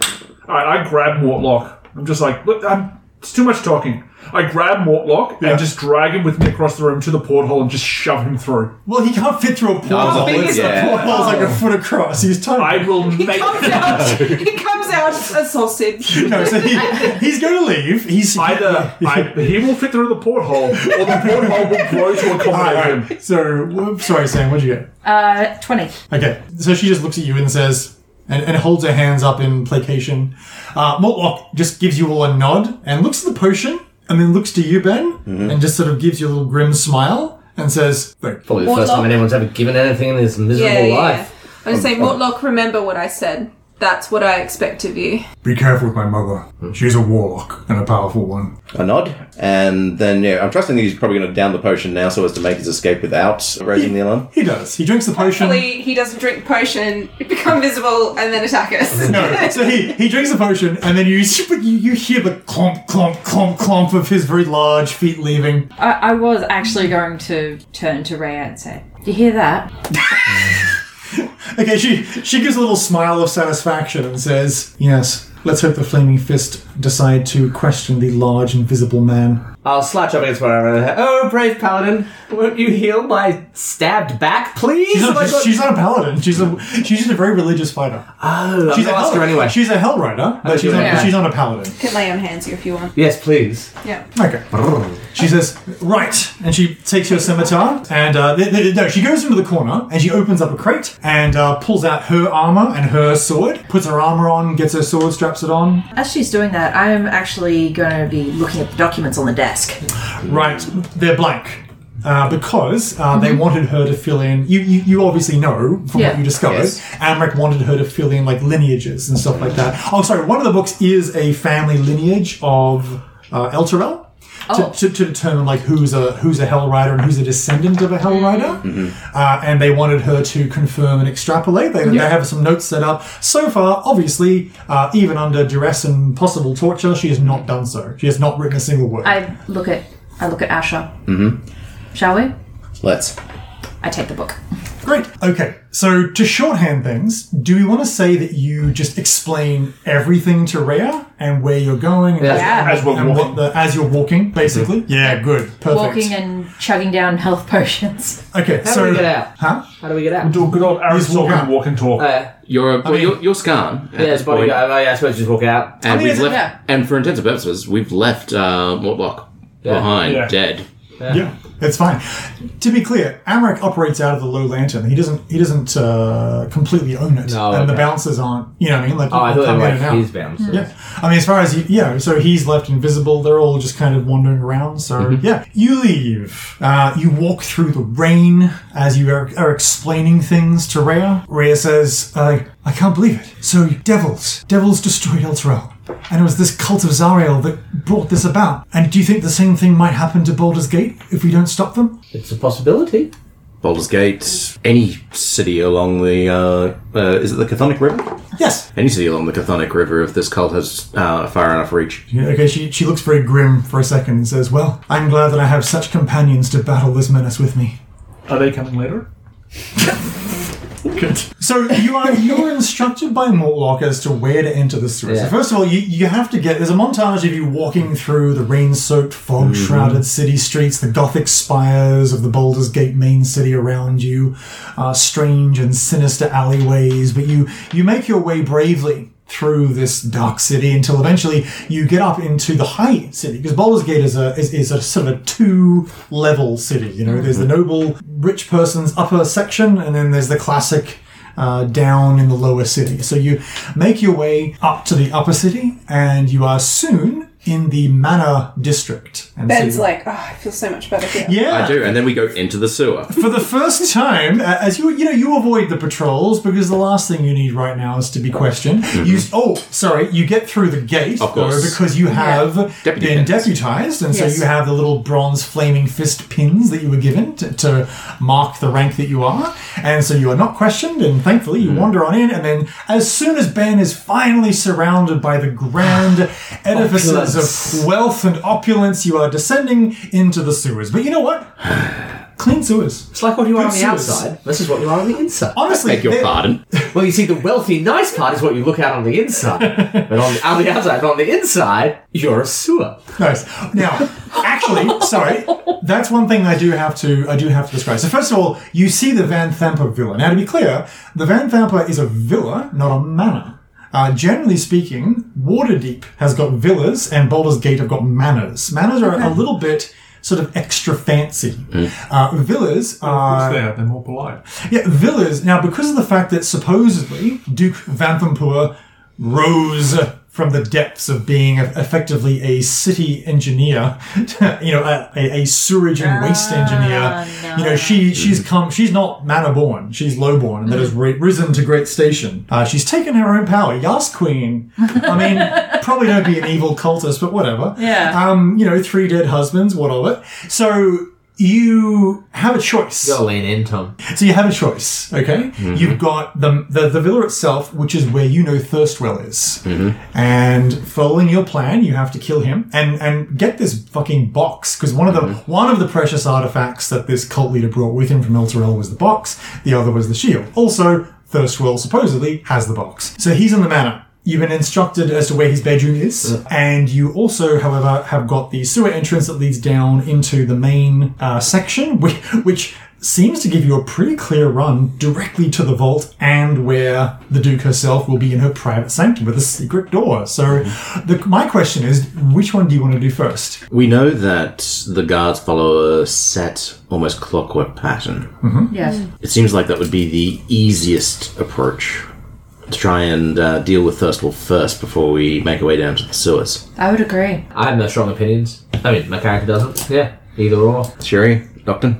S4: All right, I grab Mortlock. I'm just like, look, I'm, it's too much talking. I grab Mortlock
S3: Yeah.
S4: and just drag him with me across the room to the porthole and just shove him through.
S3: Well, he can't fit through a portal.
S5: big
S3: It's
S5: is
S3: the
S5: that
S3: portal's like a foot across. He's tiny.
S4: I will make.
S2: He comes out a sausage.
S3: no, so he, he's going to leave. He's
S4: Either I, he will fit through the porthole, or the porthole will grow to accommodate
S3: All right. um,
S4: him.
S3: So, whoops, sorry, Sam. What'd you get?
S9: Uh, 20.
S3: Okay, so she just looks at you and says, and, and holds her hands up in placation. Uh, Mortlock just gives you all a nod and looks at the potion, and then looks to you, Ben, and just sort of gives you a little grim smile and says, "Look,
S6: Probably the first time anyone's ever given anything in this miserable
S2: Yeah, yeah, yeah.
S6: life.
S2: I was saying, Mortlock, remember what I said. That's what I expect of you.
S3: be careful with my mother. She's a warlock and a powerful one.
S5: A nod. And then, yeah, I'm trusting that he's probably going to down the potion now so as to make his escape without raising the alarm.
S3: He does. He drinks the potion.
S2: Hopefully, he doesn't drink potion, become visible, and then attack us.
S3: No, so he, he drinks the potion, and then you, you you hear the clomp, clomp, clomp, clomp of his very large feet leaving.
S9: I, I was actually going to turn to Raya and say, you hear that?
S3: Okay, she she gives a little smile of satisfaction and says, "Yes, let's hope the flaming fist decide to question the large invisible man."
S6: I'll slouch up against whatever. Oh, brave paladin, won't you heal my stabbed back, please?
S3: She's
S6: Oh my
S3: not,
S6: God.
S3: she's not a paladin. She's a she's just a very religious fighter.
S6: Oh,
S3: She's
S6: she's
S3: a
S6: asked her
S3: hell-
S6: anyway.
S3: She's a hell rider, but she's
S6: yeah.
S3: not,
S6: Yeah.
S3: she's not a paladin.
S2: Can lay on hands you if you want.
S6: yes, please.
S2: Yeah.
S3: Okay. She says, "Right," and she takes her scimitar and uh, th- th- no, she goes into the corner and she opens up a crate and uh, pulls out her armor and her sword, puts her armor on, gets her sword, straps it on,
S7: As she's doing that, I'm actually going to be looking at the documents on the desk.
S3: Right, they're blank. Uh, because uh, they wanted her to fill in. You, you, you obviously know from
S7: Yeah.
S3: what you discovered.
S5: Yes.
S3: Amric wanted her to fill in like lineages and stuff like that. Oh, sorry. One of the books is a family lineage of uh, Elturel. To, to, to determine like who's a who's a Hell Rider and who's a descendant of a Hell Rider, uh, and they wanted her to confirm and extrapolate. They, they have some notes set up. So far, obviously, uh, even under duress and possible torture, she has not done so. She has not written a single word.
S7: I look at I look at Asha. Mm-hmm. Shall we?
S5: Let's.
S7: I take the book.
S3: Great. Okay. So to shorthand things, do we want to say that you just explain everything to Rhea and where you're going? And,
S6: Yeah.
S4: As we're
S3: and
S4: walking. Mm-hmm.
S3: what the, as you're walking, basically. Yeah. Good. Perfect.
S9: Walking and chugging down health potions.
S3: okay.
S6: How
S3: so
S6: do we get out?
S3: Huh?
S6: How do we get out?
S4: Do a good old Aaron
S3: He's walking
S4: Sorkin
S3: out.
S4: walk and talk.
S6: Uh,
S5: You're, a, well,
S3: mean-
S5: you're, you're Scan. at
S6: yeah,
S5: this
S6: it's body
S5: point.
S6: guy. I suppose just walk out.
S5: And
S3: mean,
S5: we've
S3: it's-
S5: left,
S3: yeah.
S5: and for intents and purposes, we've left uh, Mortlock behind,
S4: Yeah.
S5: dead.
S3: Yeah. It's fine. To be clear, Amric operates out of the low lantern. He doesn't. He doesn't uh, completely own it,
S6: No,
S3: and the
S6: okay.
S3: bouncers aren't. You know what I mean? Like
S6: Oh, I
S3: people
S6: thought
S3: come in
S6: like
S3: and out.
S6: he's bound. so-
S3: Yeah. I mean, as far as, you, yeah, so he's left invisible. They're all just kind of wandering around. So, yeah, you leave. Uh, you walk through the rain as you are, are explaining things to Rhea. Rhea says, uh, I can't believe it. So, devils. Devils destroyed Elturel. And it was this cult of Zariel that brought this about. And do you think the same thing might happen to Baldur's Gate if we don't stop them?
S6: It's a possibility.
S5: Baldur's Gate, any city along the, uh, uh, is it the Chthonic River?
S3: Yes.
S5: Any city along the Chthonic River, if this cult has uh, far enough reach.
S3: Yeah, Okay, she, she looks very grim for a second and says, Well, I'm glad that I have such companions to battle this menace with me.
S4: Are they coming later? Good.
S3: So you are you are instructed by Mortlock as to where to enter this through. So
S6: Yeah.
S3: first of all, you, you have to get there's a montage of you walking through the rain-soaked, fog-shrouded city streets, the Gothic spires of the Baldur's Gate main city around you, uh, strange and sinister alleyways. But you you make your way bravely through this dark city until eventually you get up into the high city because Baldur's Gate is a is, is a sort of a two level city. You know, there's the noble rich person's upper section, and then there's the classic uh, down in the lower city. So you make your way up to the upper city, and you are soon in the Manor District. And
S2: Ben's
S3: so-
S2: like, oh, I feel so much better here.
S3: yeah.
S5: I do, and then we go into the sewer.
S3: For the first time, a- as you you know, you avoid the patrols because the last thing you need right now is to be questioned. You oh, sorry, you get through the gate
S5: Mm-hmm. Of course.
S3: though, because you have
S5: Deputy
S3: been
S5: pins.
S3: deputized, and
S2: Yes.
S3: so you have the little bronze flaming fist pins that you were given to, to mark the rank that you are, and so you are not questioned. And thankfully,
S5: Mm.
S3: you wander on in, and then as soon as Ben is finally surrounded by the grand edifices
S6: Opulence.
S3: of wealth and opulence, you are descending into the sewers. But you know what? Clean sewers.
S6: It's like what you are on
S3: Good
S6: the
S3: sewers.
S6: outside. This is what you are on the inside.
S3: Honestly,
S5: Beg your
S3: they-
S5: pardon.
S6: Well, you see, the wealthy, nice part is what you look at on the inside. but on the, on the outside, but on the inside, you're a sewer.
S3: Nice. Now, actually, sorry, that's one thing I do have to I do have to describe. So first of all, you see the Van Thamper villa. Now, to be clear, the Van Thamper is a villa, not a manor. Uh, generally speaking, Waterdeep has got villas, and Baldur's Gate have got manors. Manors are a little bit sort of extra fancy.
S5: Mm.
S3: Uh, villas are
S4: Of course they are. They're more polite.
S3: yeah, villas. Now, because of the fact that supposedly Duke Vanthempur rose from the depths of being effectively a city engineer, you know, a, a, a sewage and waste engineer. You know, she she's come. She's not manor born. She's low born, and that has ri- risen to great station. Uh, she's taken her own power. Yas Queen. I mean, probably don't be an evil cultist, but whatever. Yeah. Um, you know, three dead husbands. What of it? So. You have a choice.
S6: Gotta lean in, Tom.
S3: So you have a choice, okay? You've got the, the the villa itself, which is where you know Thirstwell is, and following your plan, you have to kill him and and get this fucking box because one of the one of the precious artifacts that this cult leader brought with him from Elturel was the box. The other was the shield. Also, Thirstwell supposedly has the box, so he's in the manor. You've been instructed as to where his bedroom is, and you also, however, have got the sewer entrance that leads down into the main uh, section, which, which seems to give you a pretty clear run directly to the vault and where the Duke herself will be in her private sanctum with a secret door. So,
S5: Mm-hmm.
S3: the, my question is, which one do you want to do first?
S5: We know that the guards follow a set, almost clockwork pattern.
S9: Yes.
S5: It seems like that would be the easiest approach to try and uh, deal with Thirstwall first before we make our way down to the sewers.
S9: I would agree.
S6: I have no strong opinions. I mean, my character doesn't. Yeah, either or.
S5: Sherry, Doctor,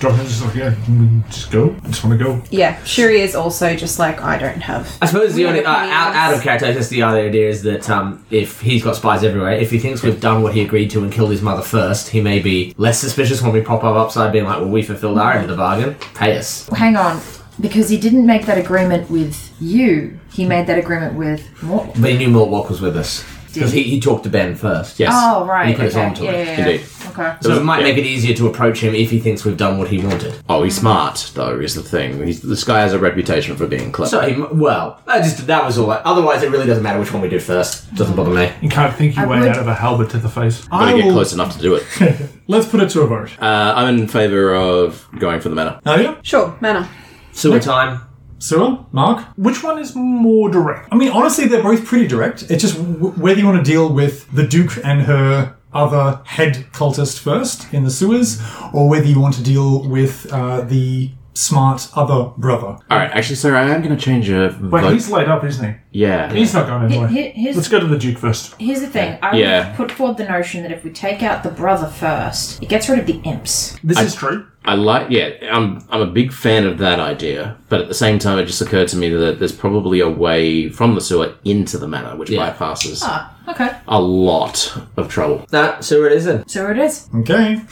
S4: Drop in just like, yeah, can we just go? I just want to go.
S2: Yeah, Shuri is also just like, I don't have.
S6: I suppose the only uh,
S2: opinions.
S6: out, out of character, just the other idea is that um, if he's got spies everywhere, if he thinks we've done what he agreed to and killed his mother first, he may be less suspicious when we pop up upside, being like, "Well, we fulfilled our end of the bargain. Pay us."
S7: Oh, Hang on, because he didn't make that agreement with you. He made that agreement with Mortlock.
S6: But he knew Mortlock was with us because he, he talked to Ben first. Yes.
S7: Oh right.
S6: He put us
S7: okay.
S6: onto
S7: yeah,
S6: it.
S7: yeah, yeah.
S5: indeed.
S7: Okay.
S6: So it might make it easier to approach him if he thinks we've done what he wanted.
S5: Oh, he's smart, though, is the thing. He's, this guy has a reputation for being clever.
S6: So he, m- well, I just that was all. That. Otherwise, it really doesn't matter which one we do first. Doesn't bother me.
S4: You can't think your way
S7: would-
S4: out of a halberd to the face.
S5: We've got
S3: I
S5: to get
S3: will-
S5: close enough to do it.
S3: Let's put it to a vote.
S5: Uh, I'm in favour of going for the manor.
S3: Nadia,
S2: Sure, manner.
S6: Sewer time.
S3: Cyril, Mark.
S4: Which one is more direct?
S3: I mean, honestly, they're both pretty direct. It's just w- whether you want to deal with the Duke and her other head cultist first in the sewers, or whether you want to deal with uh, the smart other brother.
S5: All right, actually, sir, I am going to change a
S4: Wait,
S5: vote.
S4: Oh, he's laid up, isn't
S5: yeah.
S4: he? He's not going anywhere.
S7: He- he- his-
S4: Let's go to the Duke first.
S7: Here's the thing. I
S5: Yeah.
S7: would put forward the notion that if we take out the brother first, it gets rid of the imps.
S4: This is true.
S5: I like, yeah, I'm, I'm a big fan of that idea, but at the same time, it just occurred to me that there's probably a way from the sewer into the manor, which
S6: Yeah.
S5: bypasses
S2: Ah,
S7: Okay.
S5: a lot of trouble.
S6: No, sewer it isn't.
S7: So it is.
S3: Okay.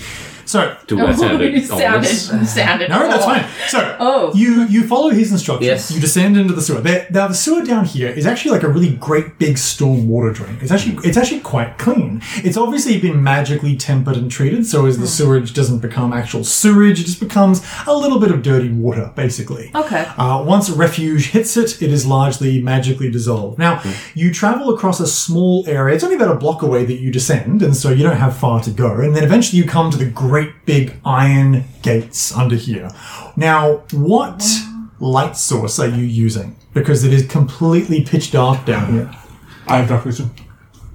S3: So,
S5: Do that sound
S7: Oh, You sounded,
S5: ominous?
S7: sounded.
S3: no, that's
S7: awful.
S3: fine. So,
S7: Oh.
S3: you you follow his instructions.
S6: Yes.
S3: You descend into the sewer. There, now, the sewer down here is actually like a really great big storm water drain. It's actually it's actually quite clean. It's obviously been magically tempered and treated, so as the
S7: Hmm.
S3: sewage doesn't become actual sewage, it just becomes a little bit of dirty water, basically.
S7: Okay.
S3: Uh, once refuge hits it, it is largely magically dissolved. Now,
S5: Hmm.
S3: you travel across a small area. It's only about a block away that you descend, and so you don't have far to go. And then eventually you come to the great big iron gates under here. Now, what light source are you using? Because it is completely pitch dark down here.
S4: I have dark vision.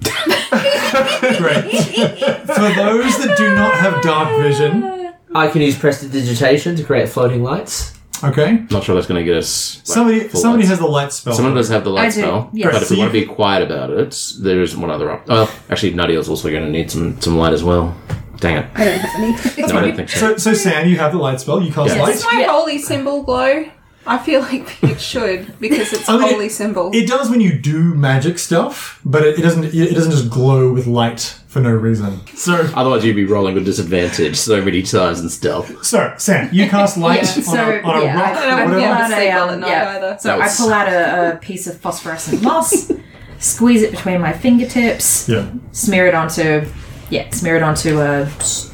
S3: Great. For those that do not have dark vision,
S6: I can use prestidigitation to create floating lights.
S3: Okay.
S5: Not sure that's going to get us. like,
S3: Somebody
S5: full
S3: somebody
S5: lights.
S3: has the light spell.
S5: Someone does have the light
S9: I do,
S5: spell,
S9: yes.
S5: but
S3: Right,
S5: if
S3: so
S5: we want to
S3: you-
S5: be quiet about it, there is one other option. Well, actually, Nadia's also going to need some, some light as well. Dang it. I don't have any. no, I don't think so.
S3: So, so Sam, you have the light spell. You cast
S5: Yeah.
S2: Does
S3: light.
S2: my holy symbol glow? I feel like it should because it's a
S3: I mean,
S2: holy symbol.
S3: It does when you do magic stuff, but it, it doesn't. It doesn't just glow with light for no reason. So,
S5: Otherwise, you'd be rolling with disadvantage so many times and stealth.
S3: so Sam, you cast light
S7: Yeah.
S3: on,
S7: So,
S3: a, on a
S7: yeah,
S3: rock.
S7: I- I
S3: or
S7: don't
S3: whatever.
S7: feel Yeah. like-
S2: Stable at night
S7: um, Yeah.
S2: either.
S7: So
S5: That
S7: I
S5: was-
S7: pull out a, a piece of phosphorescent moss, squeeze it between my fingertips,
S3: yeah.
S7: smear it onto, yeah, smear it onto a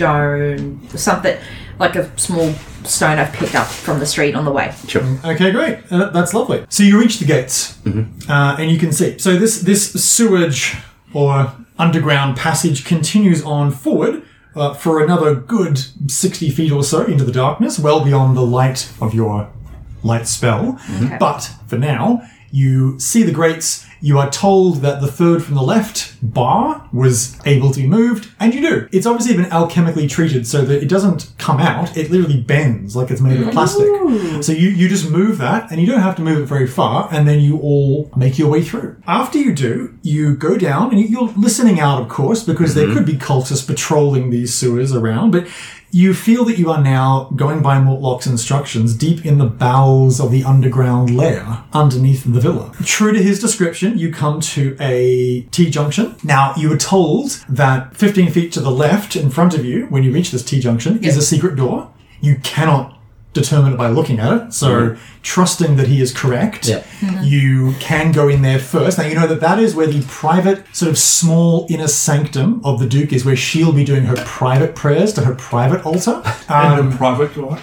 S7: stone, something like a small stone I've picked up from the street on the way.
S3: Okay, great. Uh, that's lovely. So you reach the gates, uh, and you can see. So this this sewage or underground passage continues on forward uh, for another good sixty feet or so into the darkness, well beyond the light of your light spell. But for now, you see the grates. You are told that the third from the left bar was able to be moved, and you do. It's obviously been alchemically treated so that it doesn't come out, it literally bends like it's made of plastic. So you, you just move that, and you don't have to move it very far, and then you all make your way through. After you do, you go down, and you- you're listening out, of course, because there could be cultists patrolling these sewers around, but you feel that you are now going by Mortlock's instructions deep in the bowels of the underground lair underneath the villa. True to his description, you come to a T junction. Now, you were told that 15 feet to the left in front of you, when you reach this T junction, is a secret door. You cannot determine it by looking at it, so trusting that he is correct,
S5: Mm-hmm. Yeah.
S3: you can go in there first. Now, you know that that is where the private, sort of small inner sanctum of the Duke is, where she'll be doing her private prayers to her private altar. Um,
S4: and a private door.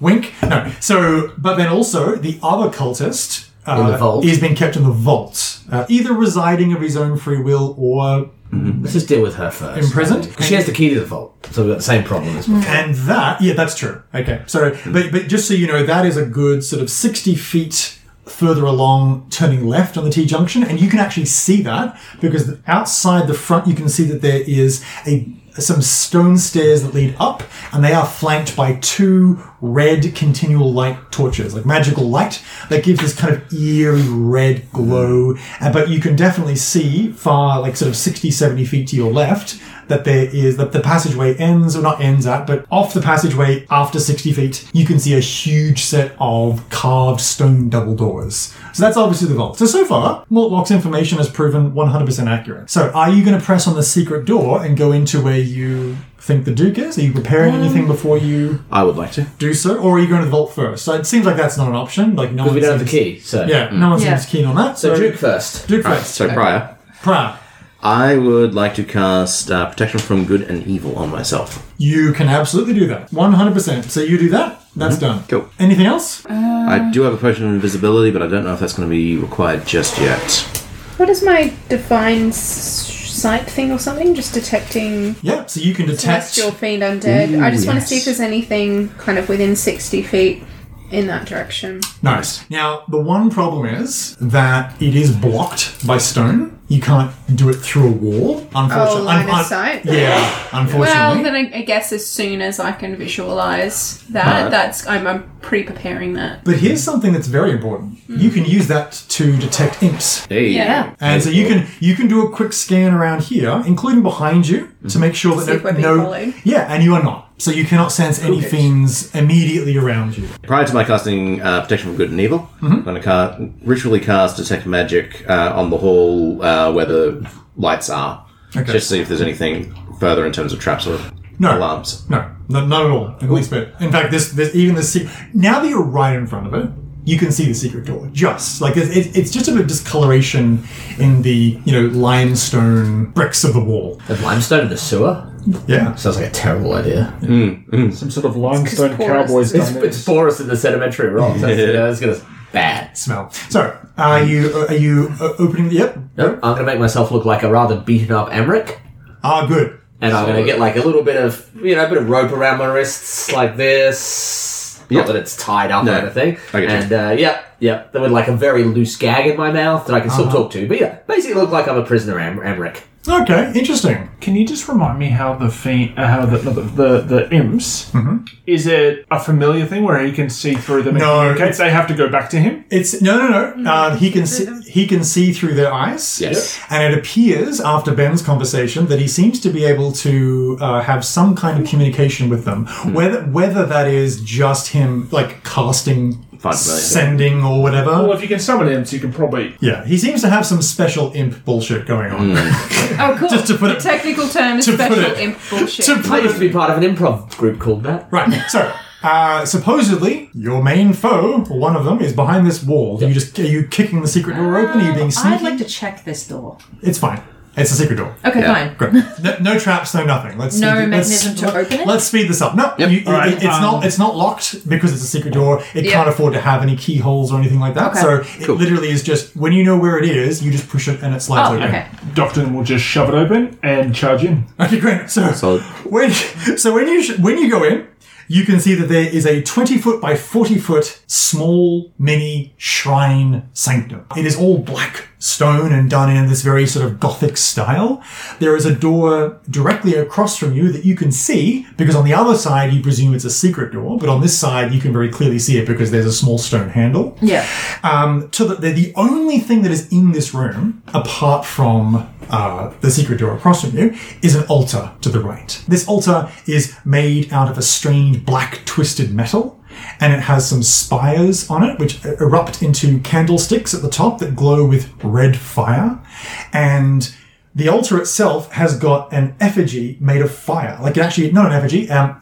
S3: Wink. No. So, but then also the other cultist uh,
S5: In the vault.
S3: is being kept in the vault, uh, either residing of his own free will or
S6: Let's just deal with her first.
S3: imprisoned.
S6: She has the key to the vault, so we've got the same problem as before.
S3: And that, yeah, that's true. Okay, so but but just so you know, that is a good sort of sixty feet further along, turning left on the T junction, and you can actually see that because outside the front, you can see that there is a some stone stairs that lead up, and they are flanked by two red continual light torches, like magical light that gives this kind of eerie red glow. Uh, but you can definitely see far, like sort of 60, 70 feet to your left, that there is that the passageway ends or not ends at, but off the passageway after 60 feet, you can see a huge set of carved stone double doors. So that's obviously the vault. So so far, Mortlock's information has proven 100% accurate. So are you going to press on the secret door and go into where you think the Duke is? Are you preparing
S6: Um,
S3: anything before you
S5: I would like to.
S3: do so, or are you going to the vault first? So it seems like that's not an option. Like
S5: Mm.
S3: no one
S6: We don't have the
S3: seems-
S6: key, so.
S3: Yeah, no one
S7: Yeah.
S3: seems keen on that.
S6: So Duke first.
S3: Duke
S5: Right,
S3: first.
S5: so prior.
S3: Pra,
S5: I would like to cast uh, Protection from Good and Evil on myself.
S3: you can absolutely do that. 100%. So you do that. That's done.
S5: Cool.
S3: Anything else?
S10: Uh,
S5: I do have a potion of invisibility, but I don't know if that's going to be required just yet.
S10: What is my divine s- sight thing or something? Just detecting
S3: Yeah, so you can detect.
S10: celestial fiend undead. I just want to
S5: yes.
S10: see if there's anything kind of within 60 feet in that direction.
S3: Nice. Now, the one problem is that it is blocked by stone. You can't do it through a wall, unfortunately.
S10: Oh, line of sight?
S3: Yeah, unfortunately.
S10: Well, then I, I guess as soon as I can visualize that,
S5: Alright.
S10: that's I'm, I'm pre-preparing that.
S3: but here's something that's very important. You can
S10: Mm-hmm.
S3: use that to detect imps.
S5: Hey.
S10: Yeah.
S3: And so you can you can do a quick scan around here, including behind you, to make sure that
S10: See if we're
S3: no,
S10: being
S3: no-
S10: followed.
S3: yeah, and you are not. So you cannot sense any fiends immediately around you.
S5: Prior to my casting uh, Protection from Good and Evil,
S3: Mm-hmm.
S5: I'm going to ca- ritually cast Detect Magic uh, on the hall uh, where the lights are.
S3: Okay.
S5: Just see if there's anything further in terms of traps or
S3: No.
S5: alarms.
S3: No, no not at all. At least bit. In fact, this, this even the secret. Now that you're right in front of it, you can see the secret door. Just like it, it, it's just a bit of discoloration in the you know limestone bricks of the wall.
S6: The limestone in the sewer?
S3: Yeah.
S6: Sounds like a terrible idea.
S4: Some sort of limestone
S10: porous.
S4: cowboys
S6: It's,
S4: down there.
S6: it's porous in the sedimentary rocks. That's, you know, it's gonna bad.
S3: Smell. So, are you are you uh, opening? The, yep.
S6: No, I'm gonna make myself look like a rather beaten up Emmerich,
S3: Ah, good.
S6: and I'm gonna get like a little bit of you know a bit of rope around my wrists like this.
S5: Yep.
S6: Not that it's tied up
S5: No.
S6: or anything.
S5: I get you.
S6: and uh, yep, yep.
S5: Uh-huh.
S6: Then with like a very loose gag in my mouth that I can still talk to. But yeah, basically look like I'm a prisoner Em- Emmerich.
S3: Okay, interesting.
S4: Can you just remind me how the fiend, uh, how the, no, the the the imps? Is it a familiar thing where he can see through them? and
S3: No,
S4: communicate?
S3: it's-
S4: they have to go back to him.
S3: It's no, no,
S9: Mm.
S3: no. Uh, he can see, he can see through their eyes.
S5: Yes.
S3: and it appears after Ben's conversation that he seems to be able to uh, have some kind of communication with them.
S5: Hmm.
S3: Whether whether that is just him like casting,
S5: Fine, brilliant.
S3: sending, or whatever.
S4: Well, if you can summon imps, you can probably.
S3: Yeah, he seems to have some special imp bullshit going on.
S5: Hmm.
S2: Oh, cool.
S3: Just to put
S2: the
S3: it-
S2: technical term is
S3: to put
S2: special
S3: it-
S2: imp bullshit.
S3: to put
S6: I used to be part of an improv group called that.
S3: Right. So, uh, supposedly, your main foe, or one of them, is behind this wall. Are you just are you kicking the secret door open? Are you being
S9: Uh, I'd
S3: sneaky?
S9: like to check this door.
S3: It's fine. It's a secret door.
S9: Okay,
S5: Yeah.
S9: fine.
S3: Great. No, no traps. No nothing. Let's
S9: No
S3: let's-
S9: mechanism to
S3: let-
S9: open it?
S3: Let's speed this up. No,
S5: Yep.
S3: you, you-
S4: Alright,
S3: it's not. It's not locked because it's a secret door. It
S9: Yeah.
S3: can't afford to have any keyholes or anything like that.
S9: Okay.
S3: So it literally is just when you know where it is, you just push it and it slides
S9: Oh,
S3: open.
S9: okay.
S4: Doctor will just shove it open and charge in.
S3: Okay, great. So
S5: Solid.
S3: when so when you sh- when you go in, you can see that there is a twenty foot by forty foot small mini shrine sanctum. It is all black stone and done in this very sort of gothic style. There is a door directly across from you that you can see because on the other side you presume it's a secret door, but on this side you can very clearly see it because there's a small stone handle.
S9: Yeah.
S3: Um, to the, they're the only thing that is in this room, apart from uh, the secret door across from you, is an altar to the right. This altar is made out of a strange black twisted metal, and it has some spires on it, which e-, erupt into candlesticks at the top that glow with red fire. And the altar itself has got an effigy made of fire. Like, it actually, not an effigy, um,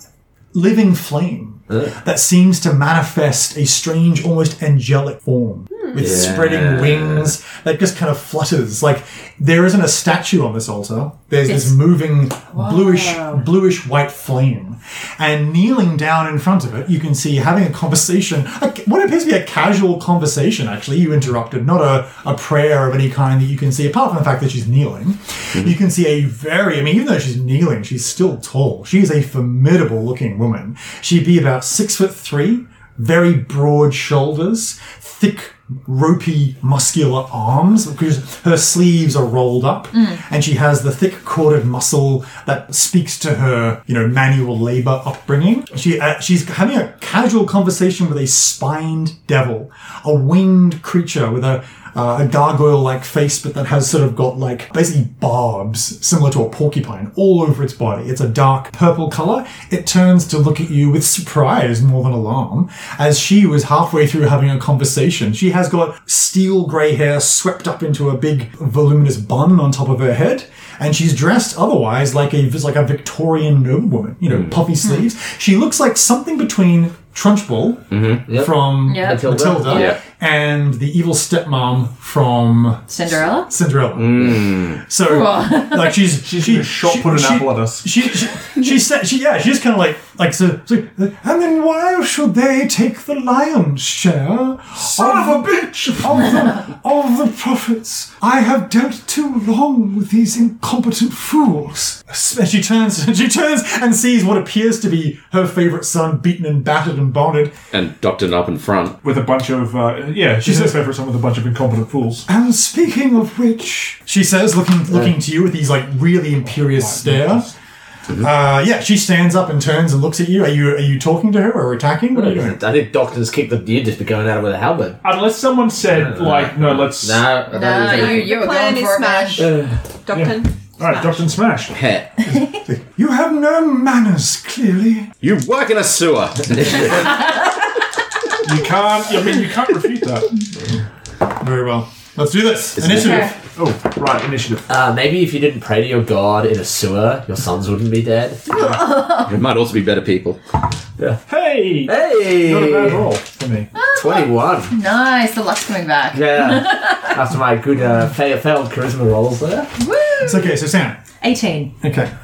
S3: living flame that seems to manifest a strange, almost angelic form with spreading wings that just kind of flutters. Like there isn't a statue on this altar. There's this moving bluish, bluish white flame, and kneeling down in front of it, you can see having a conversation. a- What appears to be a casual conversation. Actually, you interrupted, not a, a prayer of any kind that you can see. Apart from the fact that she's kneeling, you can see a very. I mean, even though she's kneeling, she's still tall. She is a formidable looking woman. She'd be about six foot three very broad shoulders, thick, ropey, muscular arms because her sleeves are rolled up and she has the thick corded muscle that speaks to her, you know, manual labor upbringing. She uh, she's having a casual conversation with a spined devil, a winged creature with a uh, a gargoyle-like face, but that has sort of got like basically barbs, similar to a porcupine, all over its body. It's a dark purple color. It turns to look at you with surprise more than alarm, as she was halfway through having a conversation. She has got steel grey hair swept up into a big voluminous bun on top of her head, and she's dressed otherwise like a like a Victorian noblewoman. You know, puffy sleeves. She looks like something between Trunchbull from
S6: Matilda.
S3: Matilda
S5: Yeah.
S3: and the evil stepmom from
S9: Cinderella?
S3: Cinderella. So like she's she's she,
S4: gonna shot put an apple at us.
S3: She she, she said she yeah she's kind of like like so, so, and then why should they take the lion's share? Son of a bitch of the of the prophets. I have dealt too long with these incompetent fools. And she turns she turns and sees what appears to be her favorite son beaten and battered and bonded.
S5: And doctored up in front.
S4: With a bunch of uh, yeah, she's her favourite son with a bunch of incompetent fools.
S3: And speaking of which, she says, looking looking to you with these like really imperious stares. Uh, yeah, she stands up and turns and looks at you. Are you are you talking to her or attacking? What are you doing?
S6: I think doctors keep the you'd just be going at it with a halberd.
S4: Unless someone said like, no, let's.
S6: No, I don't
S9: Nah,
S6: think so.
S9: you, you were
S2: Plan
S9: going
S2: is
S9: for it, man.
S2: smash. Doctor.
S4: All right, Doctor and Smash.
S5: Heh.
S3: You have no manners, clearly.
S5: You work in a sewer.
S4: You can't. I mean, you can't refute that.
S3: Very well. Let's do this.
S5: Isn't it?
S3: Initiative.
S4: Oh, right, initiative.
S6: Uh, maybe if you didn't pray to your god in a sewer, your sons wouldn't be dead.
S5: there might also be better people.
S4: Hey, not a bad
S6: Hey,
S4: roll for me.
S6: twenty-one.
S7: Oh, Nice, the luck's coming back.
S6: Yeah, after my good uh, fail, failed charisma rolls there.
S3: It's okay. So Sam.
S7: 18.
S3: Okay.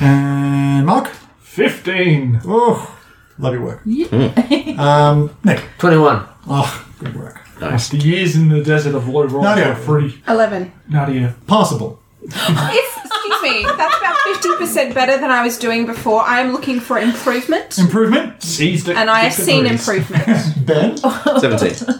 S3: And Mark.
S4: Fifteen.
S3: Oh, love your work. um, Nick.
S6: Twenty-one.
S3: Oh, good work. Oh,
S4: After years in the desert of low rolls
S3: Nadia.
S4: for free.
S10: 11.
S4: Nadia.
S3: Passable.
S10: If, excuse me, that's about 50% better than I was doing before. I am looking for improvement,
S3: Improvement.
S4: Seized it.
S10: and I have seen
S4: Degrees.
S10: improvement.
S3: Ben.
S5: 17.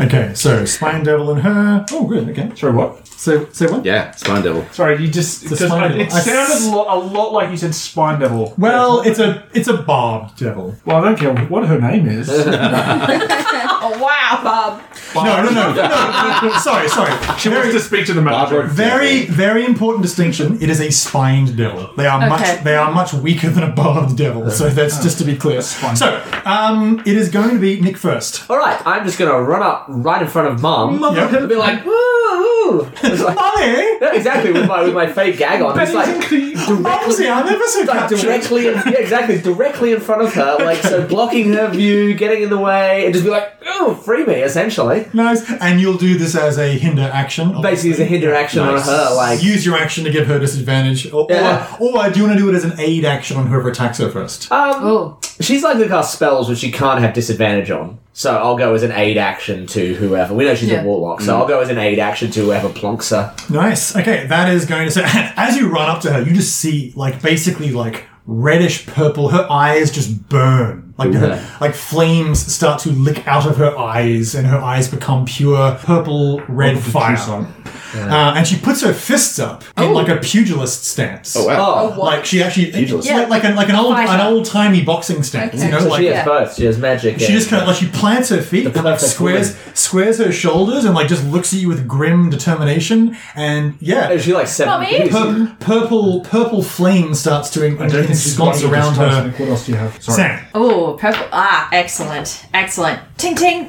S3: Okay. So Spine Devil and her. Oh, good. Okay.
S4: Sorry, what?
S3: So, say what?
S5: Yeah, Spine Devil.
S4: Sorry, you just.
S3: a
S4: It, just,
S3: spine
S4: it, it
S3: devil. I
S4: sounded lo- a lot like you said Spine Devil.
S3: Well, it's a it's a barbed devil.
S4: Well, I don't care what her name is.
S10: oh, wow, Bob.
S3: No, no, no, no. sorry, sorry.
S4: She wants to speak to the manager.
S3: Very, very important distinction. It is a spined devil. They are
S4: Okay.
S3: much, they are much weaker than a barbed devil. So
S6: Oh.
S3: that's just to be clear. So, um, it is going to be Nick first.
S6: All right, I'm just gonna run up right in front of mom.
S3: Mother.
S6: and be like, woo! It's like- Yeah, exactly with my with my fake gag on. It's like directly,
S3: I'm ever so
S6: like directly, in, yeah, exactly, directly in front of her, like so, blocking her view, getting in the way, and just be like, oh, free me, essentially.
S3: Nice. And you'll do this as a hinder action. Basically,
S6: as a hinder action on her, like-
S3: use your action to give her disadvantage, or,
S6: Yeah.
S3: or, or do you want to do it as an aid action on whoever attacks her first?
S6: Um, she's likely to cast spells which she can't have disadvantage on. So I'll go as an aid action to whoever. We know she's
S3: Yeah.
S6: a warlock, so
S3: Mm.
S6: I'll go as an aid action to whoever plonks her.
S3: Nice. Okay, that is going to say. As you run up to her, you just see like basically like reddish purple. Her eyes just burn. Like her-
S6: Yeah.
S3: like flames start to lick out of her eyes, and her eyes become pure purple red
S4: What did you
S3: fire.
S4: choose on?
S3: Uh, and she puts her fists up in like a pugilist stance.
S6: Oh, wow. Oh,
S3: like she actually
S6: Pugilist.
S3: like, like an like an old
S6: Fighter.
S3: an old timey boxing stance. You know,
S6: so
S3: like
S6: she has both. She has magic.
S3: she
S6: and-
S3: just kind of like she plants her feet and like
S6: perfect
S3: squares squares her shoulders and like just looks at you with grim determination and yeah.
S6: she like seven
S3: pur-
S6: Bobby?
S3: purple, purple flame starts to en-
S4: I don't think she's
S3: ensconce
S4: one of
S3: around
S4: those
S3: her.
S4: Nick, What else do you have? Sorry.
S3: Sam.
S7: Oh, purple. Ah, excellent. Excellent. Ting ting.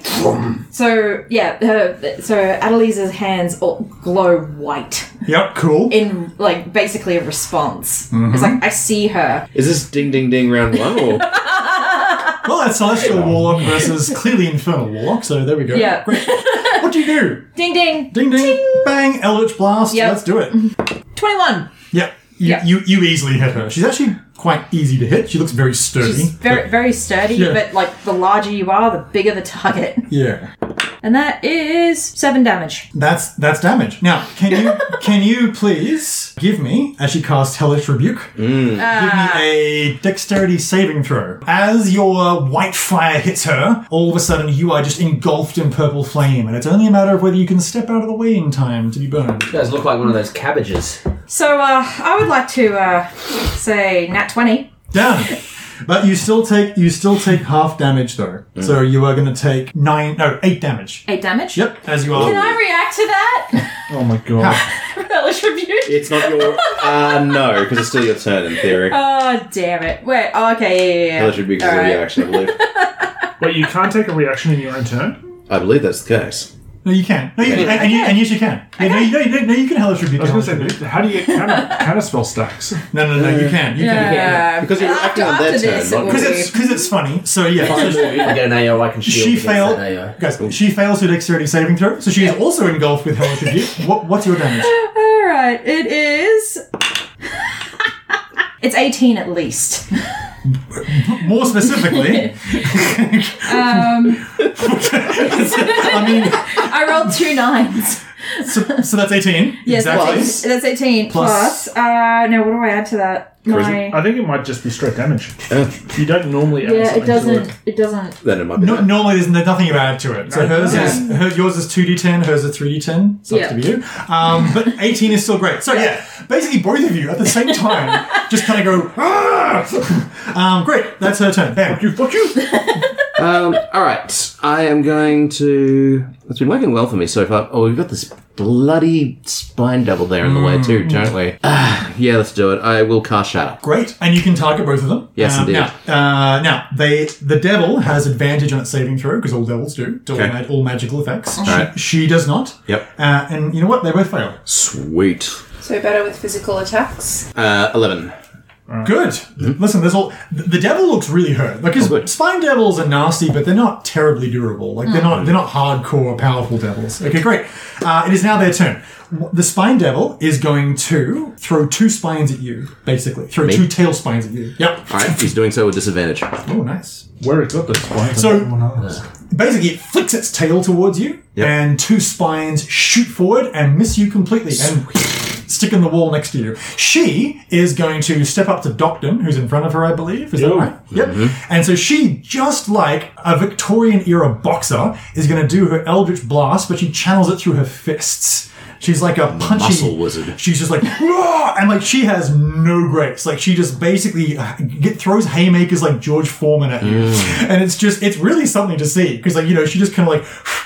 S7: So, yeah, her, so Adelisa's hands all glow white
S3: Yep, cool.
S7: in, like, basically a response.
S3: Mm-hmm.
S5: Mhm.
S7: It's like, I see her.
S5: Is this ding ding ding round one or
S3: Well, that's celestial warlock versus clearly infernal warlock. So there we go.
S7: Yeah.
S3: Great. What do you do?
S7: Ding ding.
S3: Ding ding, bang, eldritch blast. Let's do it.
S7: 21.
S3: Yeah. You, you you easily hit her. She's actually quite easy to hit. She looks very sturdy.
S7: Very, very sturdy,
S3: Yeah.
S7: but, like, the larger you are, the bigger the target.
S3: yeah.
S7: And that is seven damage.
S3: That's that's damage. Now, can you can you please give me as she casts Hellish Rebuke?
S7: Ah.
S3: Give me a dexterity saving throw. As your white fire hits her, all of a sudden you are just engulfed in purple flame, and it's only a matter of whether you can step out of the way in time to be burned.
S6: You guys look like one of those cabbages.
S7: So, uh, I would like to, uh, say nat 20.
S3: Down. But you still take you still take half damage though. So you are gonna take nine no, eight damage.
S7: Eight damage.
S3: Yep, as you are.
S7: Can I react to that?
S4: Oh my god.
S7: Relish rebuke.
S5: it's not your uh no, because it's still your turn in theory.
S7: Oh damn it! Wait. oh, okay. Yeah. Yeah. yeah.
S5: That should be because
S7: All
S5: of
S7: right.
S5: reaction, I believe.
S4: Wait, you can't take a reaction in your own turn?
S5: I believe that's the case.
S3: No, you can. No, you can. And, and, you, and yes, you can. Yeah, no, you, no, you- no, you can hellish rebuke.
S4: I was going to say, how do you counter, counter spell stacks?
S3: No, no, no, you can.
S7: Uh,
S3: You can.
S5: Because you're acting on their turn, not
S3: Because
S5: yours.
S3: it's because it's funny. So yeah,
S6: Fine,
S3: so-
S6: well, you can get an AO, I can shield.
S3: she
S6: against that
S3: failed.
S6: AO.
S3: Guys, she fails her dexterity saving throw, so she is also engulfed with hellish rebuke. What, what's your damage?
S7: All right. It is. it's eighteen at least.
S3: More specifically,
S7: Um,
S3: I mean,
S7: I rolled two nines.
S3: so, so that's eighteen.
S7: Yes,
S3: exactly.
S7: that's, 18, that's eighteen
S3: Plus-
S7: plus. Uh, no, what do I add to that? My.
S4: I think it might just be straight damage. You don't normally add
S7: Yeah,
S4: something
S7: it
S4: to
S7: doesn't. It doesn't.
S5: Uh, Then it might be.
S3: No, normally there's no- nothing about to it. So
S4: No.
S3: hers is her, yours is two d ten, hers is three d ten. It's up to
S7: Yeah.
S3: you. Um, but eighteen is still great. So yeah, basically both of you at the same time just kind of go. "Ah!" um, great, that's her turn. Bam. You fuck you.
S5: Um, all right, I am going to. It's been working well for me so far. Oh, we've got this bloody spine double there in the way
S6: Mm.
S5: too, don't we? Ah, yeah, let's do it. I will cast shatter.
S3: Great, and you can target both of them.
S5: Yes,
S3: Um,
S5: indeed.
S3: Now, uh, now they the devil has advantage on its saving throw because all devils do to all,
S5: Okay.
S3: mag- all magical effects. She,
S5: Alright.
S3: she does not.
S5: Yep.
S3: Uh, and you know what? They both fail.
S5: Sweet.
S2: So better with physical attacks.
S5: Uh, Eleven.
S3: Good.
S5: Mm-hmm.
S3: Listen, there's all th- the devil looks really hurt.
S5: Oh,
S3: Like his spine devils are nasty, but they're not terribly durable. Like they're not they're not hardcore powerful devils. Okay, great. Uh, it is now their turn. W- The spine devil is going to throw two spines at you, basically throw
S5: Me?
S3: two tail spines at you. Yep.
S5: All right, he's doing so with disadvantage.
S3: Oh, nice.
S4: Where it got the spine?
S3: So-
S4: Everyone else.
S3: basically it flicks its tail towards you
S5: Yep.
S3: and two spines shoot forward and miss you completely and stick in the wall next to you she is going to step up to Docton who's in front of her I believe is that
S4: Yo. Mm-hmm.
S3: right yep and so she just like a Victorian era boxer is going to do her eldritch blast but she channels it through her fists She's like a punchy
S5: Muscle wizard.
S3: She's just like, "Rah!" and like she has no grace. Like she just basically uh, get, throws haymakers like George Foreman at you,
S5: Mm.
S3: and it's just it's really something to see because like you know she just kind of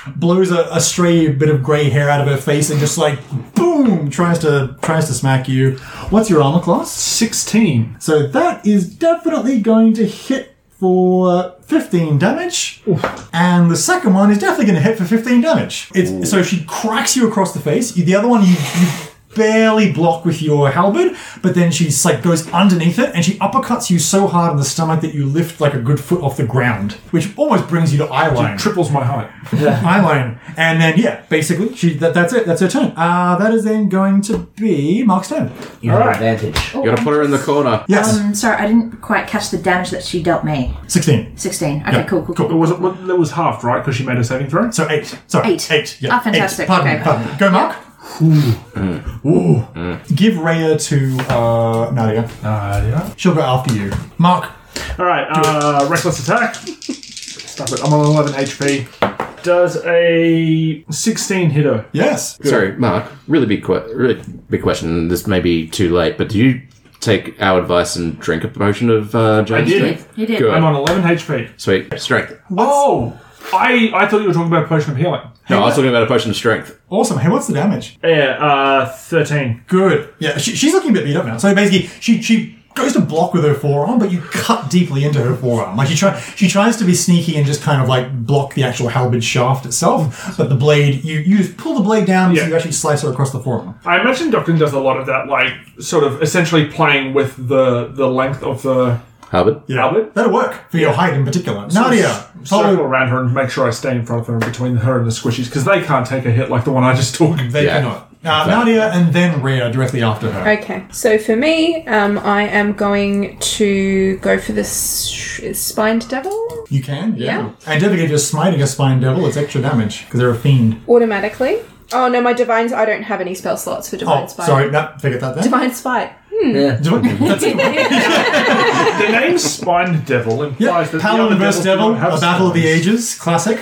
S3: like blows a, a stray bit of gray hair out of her face and just like boom tries to tries to smack you. What's your armor class?
S4: Sixteen.
S3: So that is definitely going to hit for 15 damage. And the second one is definitely going to hit for 15 damage. It's, so she cracks you across the face. The other one, you, you barely block with your halberd, but then she like goes underneath it and she uppercuts you so hard in the stomach that you lift like a good foot off the ground, which almost brings you to eye line.
S4: triples my height.
S3: eye line. And then, yeah, basically, she that, that's it. That's her turn. Uh, that is then going to be Mark's turn.
S5: You have advantage. You gotta put her in the corner.
S3: Yes.
S7: Um, sorry, I didn't quite catch the damage that she dealt me.
S3: 16.
S7: 16. Okay, cool, cool, cool.
S4: It was, it was halved, right? Because she made a saving throw?
S3: So eight. Sorry.
S7: Eight.
S3: Eight.
S7: Ah, fantastic.
S3: Eight. Pardon,
S7: Okay.
S3: pardon. Go, Mark. Ooh. Give Raya to uh, Nadia.
S4: Nadia.
S3: She'll go after you. Mark.
S4: All right, uh, reckless attack. Stop it. I'm on 11 HP. Does a 16 hit her?
S3: Yes.
S5: Sorry, Mark. Really big, que- really big question. This may be too late, but do you take our advice and drink a potion of uh,
S4: I
S5: giant
S4: did.
S5: strength?
S4: I'm on
S5: Good.
S4: 11 HP.
S5: Sweet strength.
S4: Oh, I, I thought you were talking about potion of healing.
S5: No, I was talking about a potion of strength.
S3: Awesome. Hey, what's the damage?
S4: Yeah, uh, 13.
S3: Good. Yeah, she, she's looking a bit beat up now. So basically, she she goes to block with her forearm, but you cut deeply into her forearm. Like she try she tries to be sneaky and just kind of like block the actual halberd shaft itself, but the blade you you just pull the blade down, so you actually slice her across the forearm.
S4: I imagine Doctrine does a lot of that, like, sort of essentially playing with the, the length of the
S5: Hubbard.
S3: Yeah, that'll work for your height in particular.
S4: Sort of
S3: Nadia.
S4: Circle around her and make sure I stay in front of her and between her and the squishies, because they can't take a hit like the one I just took.
S3: They cannot. Uh, Nadia and then Rhea directly after her.
S2: Okay, so for me, um, I am going to go for this sh- spined devil
S3: You can,
S2: Yeah.
S3: yeah. And don't forget, you're smiting a spine devil. It's extra damage because they're a fiend.
S2: automatically. Oh no, my divines! I don't have any spell slots for divine
S3: Oh,
S2: spite.
S3: sorry, that figured that then.
S2: divine spite. Hmm.
S3: Divi- that's it.
S4: the name Spine Devil implies that
S3: Paladin
S4: the
S3: versus
S4: other
S3: devil,
S4: devils
S3: a
S4: do not have
S3: battle of the ages, classic.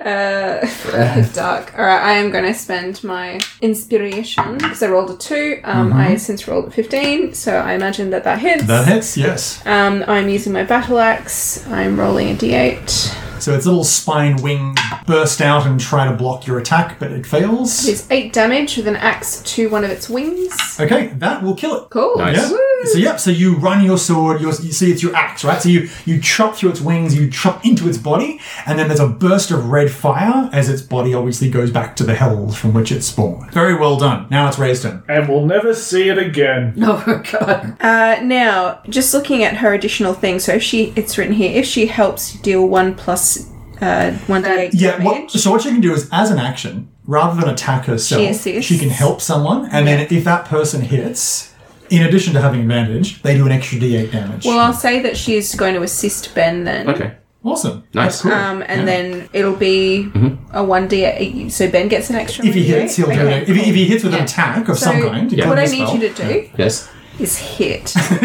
S2: Uh, dark. All right, I am going to spend my inspiration because I rolled a two. Um,
S3: Mhm.
S2: I since rolled a fifteen, so I imagine that that hits.
S3: That hits, yes.
S2: Um, I'm using my battle axe. I'm rolling a d8.
S3: So its little spine wing burst out and try to block your attack, but it fails.
S2: It is eight damage with an axe to one of its wings.
S3: Okay, that will kill it.
S2: Cool. Nice.
S3: Yeah. So yep. So you run your sword. Your you see it's your axe, right? So you you chop through its wings. You chop into its body, and then there's a burst of red fire as its body obviously goes back to the hells from which it spawned. Very well done. Now it's raised in.
S4: And we'll never see it again.
S7: No, Oh, God.
S2: Uh, now, just looking at her additional thing. So if she, it's written here, if she helps you deal one plus uh, one d8
S3: Yeah.
S2: damage.
S3: What, so what she can do is, as an action, rather than attack herself,
S2: She assists.
S3: can help someone, and then if that person hits, in addition to having advantage, they do an extra d8 damage.
S2: Well, I'll say that she's going to assist Ben then.
S5: Okay.
S3: awesome.
S5: Nice.
S2: Um, and
S5: Yeah.
S2: then it'll be
S5: Mhm.
S2: a one d8. So Ben gets an extra.
S3: If he
S2: 1d8.
S3: hits, he'll do
S2: Okay,
S3: it. If, he- if he hits with an
S2: Yeah.
S3: attack of
S2: So
S3: some kind, including
S2: what I
S3: a
S2: need
S3: spell.
S2: you to do
S5: Yes.
S2: is hit. look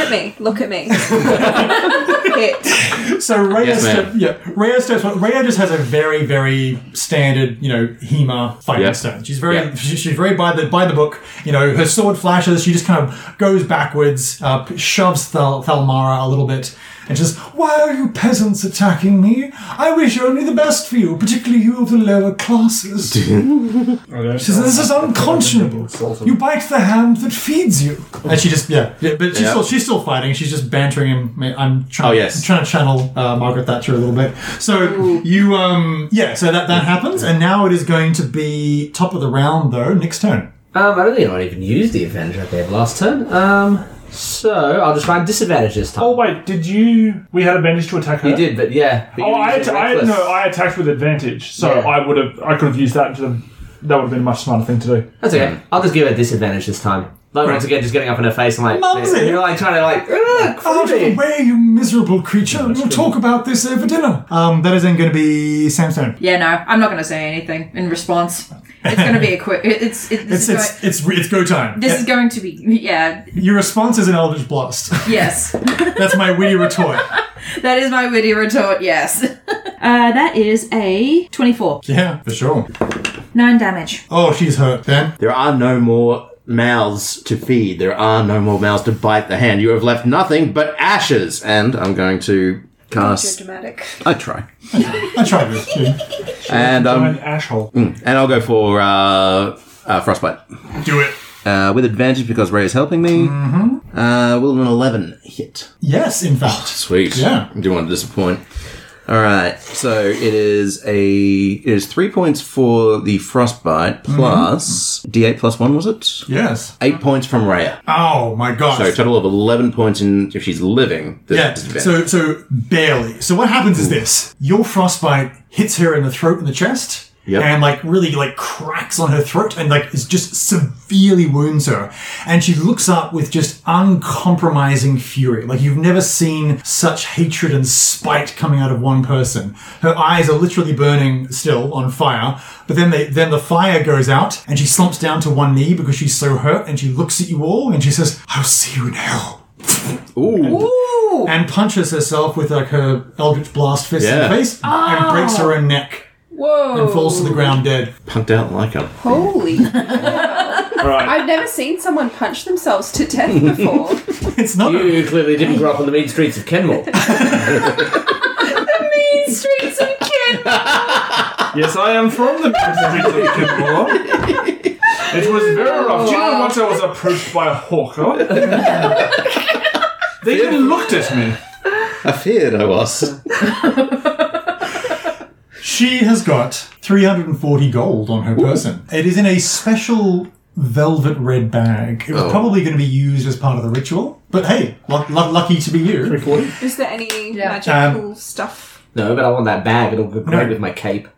S2: at me. Look at me. hit.
S3: So Rhea,
S5: Yes, ma'am.
S3: step, yeah, Rhea steps. Well, Rhea just has a very, very standard, you know, Hema fighting
S5: Yeah.
S3: style. She's very,
S5: Yeah.
S3: she- she's very by the by the book. You know, her sword flashes. She just kind of goes backwards, uh, p- shoves Thel- Thelmara a little bit, and just, "Why are you peasants attacking me? I wish only the best for you, particularly you of the lower classes." She says, "This is unconscionable. You bite the hand that feeds you." And she just, yeah, yeah but she's
S5: Yeah.
S3: still, she's still fighting. She's just bantering him. I'm trying,
S5: Oh, yes.
S3: I'm trying to channel uh, Margaret Thatcher a little bit. So you, um, yeah, so that that happens, and now it is going to be top of the round though. Nick's turn.
S6: Um, I don't think I even used the advantage I gave last turn. Um, so I'll just find disadvantage this time.
S4: Oh, wait, did you. We had advantage to attack her?
S6: You did, but yeah. But you
S4: Oh, I,
S6: used
S4: atta-
S6: your
S4: I
S6: reckless.
S4: no, I attacked with advantage, so
S6: Yeah.
S4: I would have, I could have used that. To, that would have been a much smarter thing to do.
S6: That's
S5: Mm.
S6: okay. I'll just give her disadvantage this time. Like once again, just getting up in her face and like
S3: Mumsy!
S6: you're like trying to like "Ugh,
S7: Oh,
S4: Oh,
S3: Out of the
S6: creepy."
S3: way, you miserable creature! We'll talk about this over dinner. Um, that is then going to be Sam's turn.
S7: Yeah, no, I'm not going to say anything in response. It's going to be a quick. It's it,
S3: It's
S7: this, is,
S3: it's, it's it's go time.
S7: going, this is going to be yeah
S3: Your response is an eldritch blast.
S7: yes.
S3: That's my witty retort.
S7: that is my witty retort. Yes. uh, that is a 24.
S3: Yeah, for sure.
S9: Nine damage.
S3: Oh, she's hurt then.
S5: There are no more mouths to feed. There are no more mouths to bite the hand. You have left nothing but ashes. And I'm going to cast.
S2: dramatic.
S5: I try.
S3: I tried this. Yeah.
S5: And um,
S4: Ashhole.
S5: mm, and I'll go for uh, uh, frostbite
S4: Do it.
S5: uh, with advantage because Ray is helping me. Mm-hmm. Uh, will an eleven hit?
S3: Yes, in fact.
S5: Sweet.
S3: Yeah.
S5: Do want to disappoint. All right. So it is a it is three points for the frostbite
S3: Mm-hmm.
S5: plus d8 plus one was it?
S4: Yes.
S5: Eight points from Raya.
S3: Oh my gosh.
S5: So a total of eleven points in if she's living. there's
S3: Yeah,
S5: disadvantage.
S3: so so barely. So what happens is this: your frostbite hits her in the throat and the chest,
S5: Yep.
S3: and like really like cracks on her throat, and like is just severely wounds her. And she looks up with just uncompromising fury, like you've never seen such hatred and spite coming out of one person. Her eyes are literally burning still on fire, but then they then the fire goes out, and she slumps down to one knee because she's so hurt, and she looks at you all, and she says, "I'll see you in hell."
S5: Ooh.
S7: Oh,
S3: and punches herself with like her eldritch blast fist in
S5: Yeah.
S3: the face and breaks her own neck and
S2: Whoa.
S3: falls to the ground dead.
S5: Punked out like a
S2: Holy.
S4: All right.
S2: I've never seen someone punch themselves to death before.
S3: It's not.
S6: You clearly didn't grow up on the mean streets of Kenmore.
S2: mean streets of kid.
S4: Yes, I am from the streets of Kimberley. It was very rough. Do you know once I was approached by a hawker? they even looked at me.
S5: I feared I was.
S3: She has got 340 gold on her person. It is in a special velvet red bag. It was probably going to be used as part of the ritual, but hey, lu- lu- lucky to be you.
S10: Is there any magical
S3: Um,
S10: stuff?
S6: no, but I want that bag. It'll go great with my cape.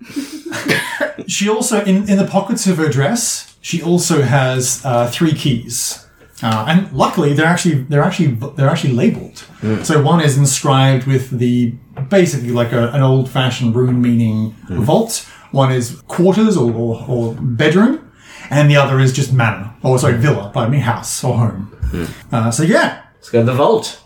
S3: She also, in, in the pockets of her dress, she also has uh, three keys. Uh, and luckily, they're actually they're actually they're actually labeled. So one is inscribed with the basically like a, an old fashioned rune meaning vault. One is quarters or, or, or bedroom, and the other is just manor or sorry villa. Pardon me, house or home. Uh, so yeah,
S6: Let's go to the vault.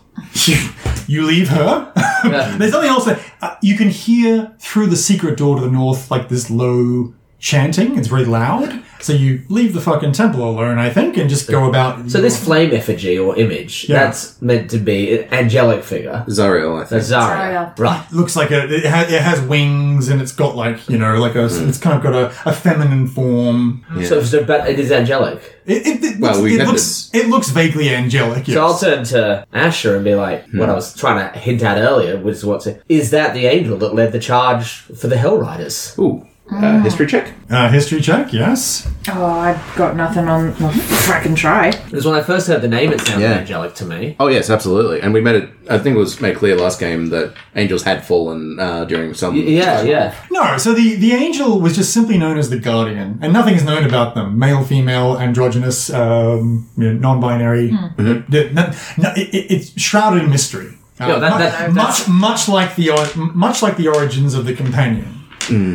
S3: you leave her. There's something else that uh, you can hear through the secret door to the north, like this low chanting. It's very loud. So you leave the fucking temple alone, I think, and just go about.
S6: So this flame effigy or image,
S3: Yeah.
S6: that's meant to be an angelic figure.
S5: Zariel, I think.
S6: That's Zarya.
S9: Zarya.
S6: Right.
S3: looks like a it, ha- it has wings and it's got like you know like a
S6: Hmm.
S3: it's kind of got a, a feminine form.
S6: So, so, but it is angelic.
S3: It, it, it
S5: Well,
S3: looks, it
S5: we had
S3: looks it looks vaguely angelic. Yes. Hmm.
S6: So I'll turn to Asher and be like, what I was trying to hint at earlier, which is what's is that the angel that led the charge for the Hell Riders?
S5: Ooh.
S6: Ah.
S5: Uh, history check.
S3: uh, history check. Yes.
S9: Oh, I've got nothing on. Well, frickin' try.
S6: Because when I first heard the name, it sounded
S5: Yeah.
S6: angelic to me.
S5: Oh yes, absolutely. And we made it. I think it was made clear last game that angels had fallen uh, during some.
S6: Yeah, yeah.
S3: No, so the, the angel was just simply known as the guardian, and nothing is known about them male, female, androgynous, um, you know, non binary. No, no, it, it- it's shrouded in mystery. Uh,
S6: Yeah, that-
S3: mu-
S6: that-
S3: much, much like the or- much like the origins of the companion.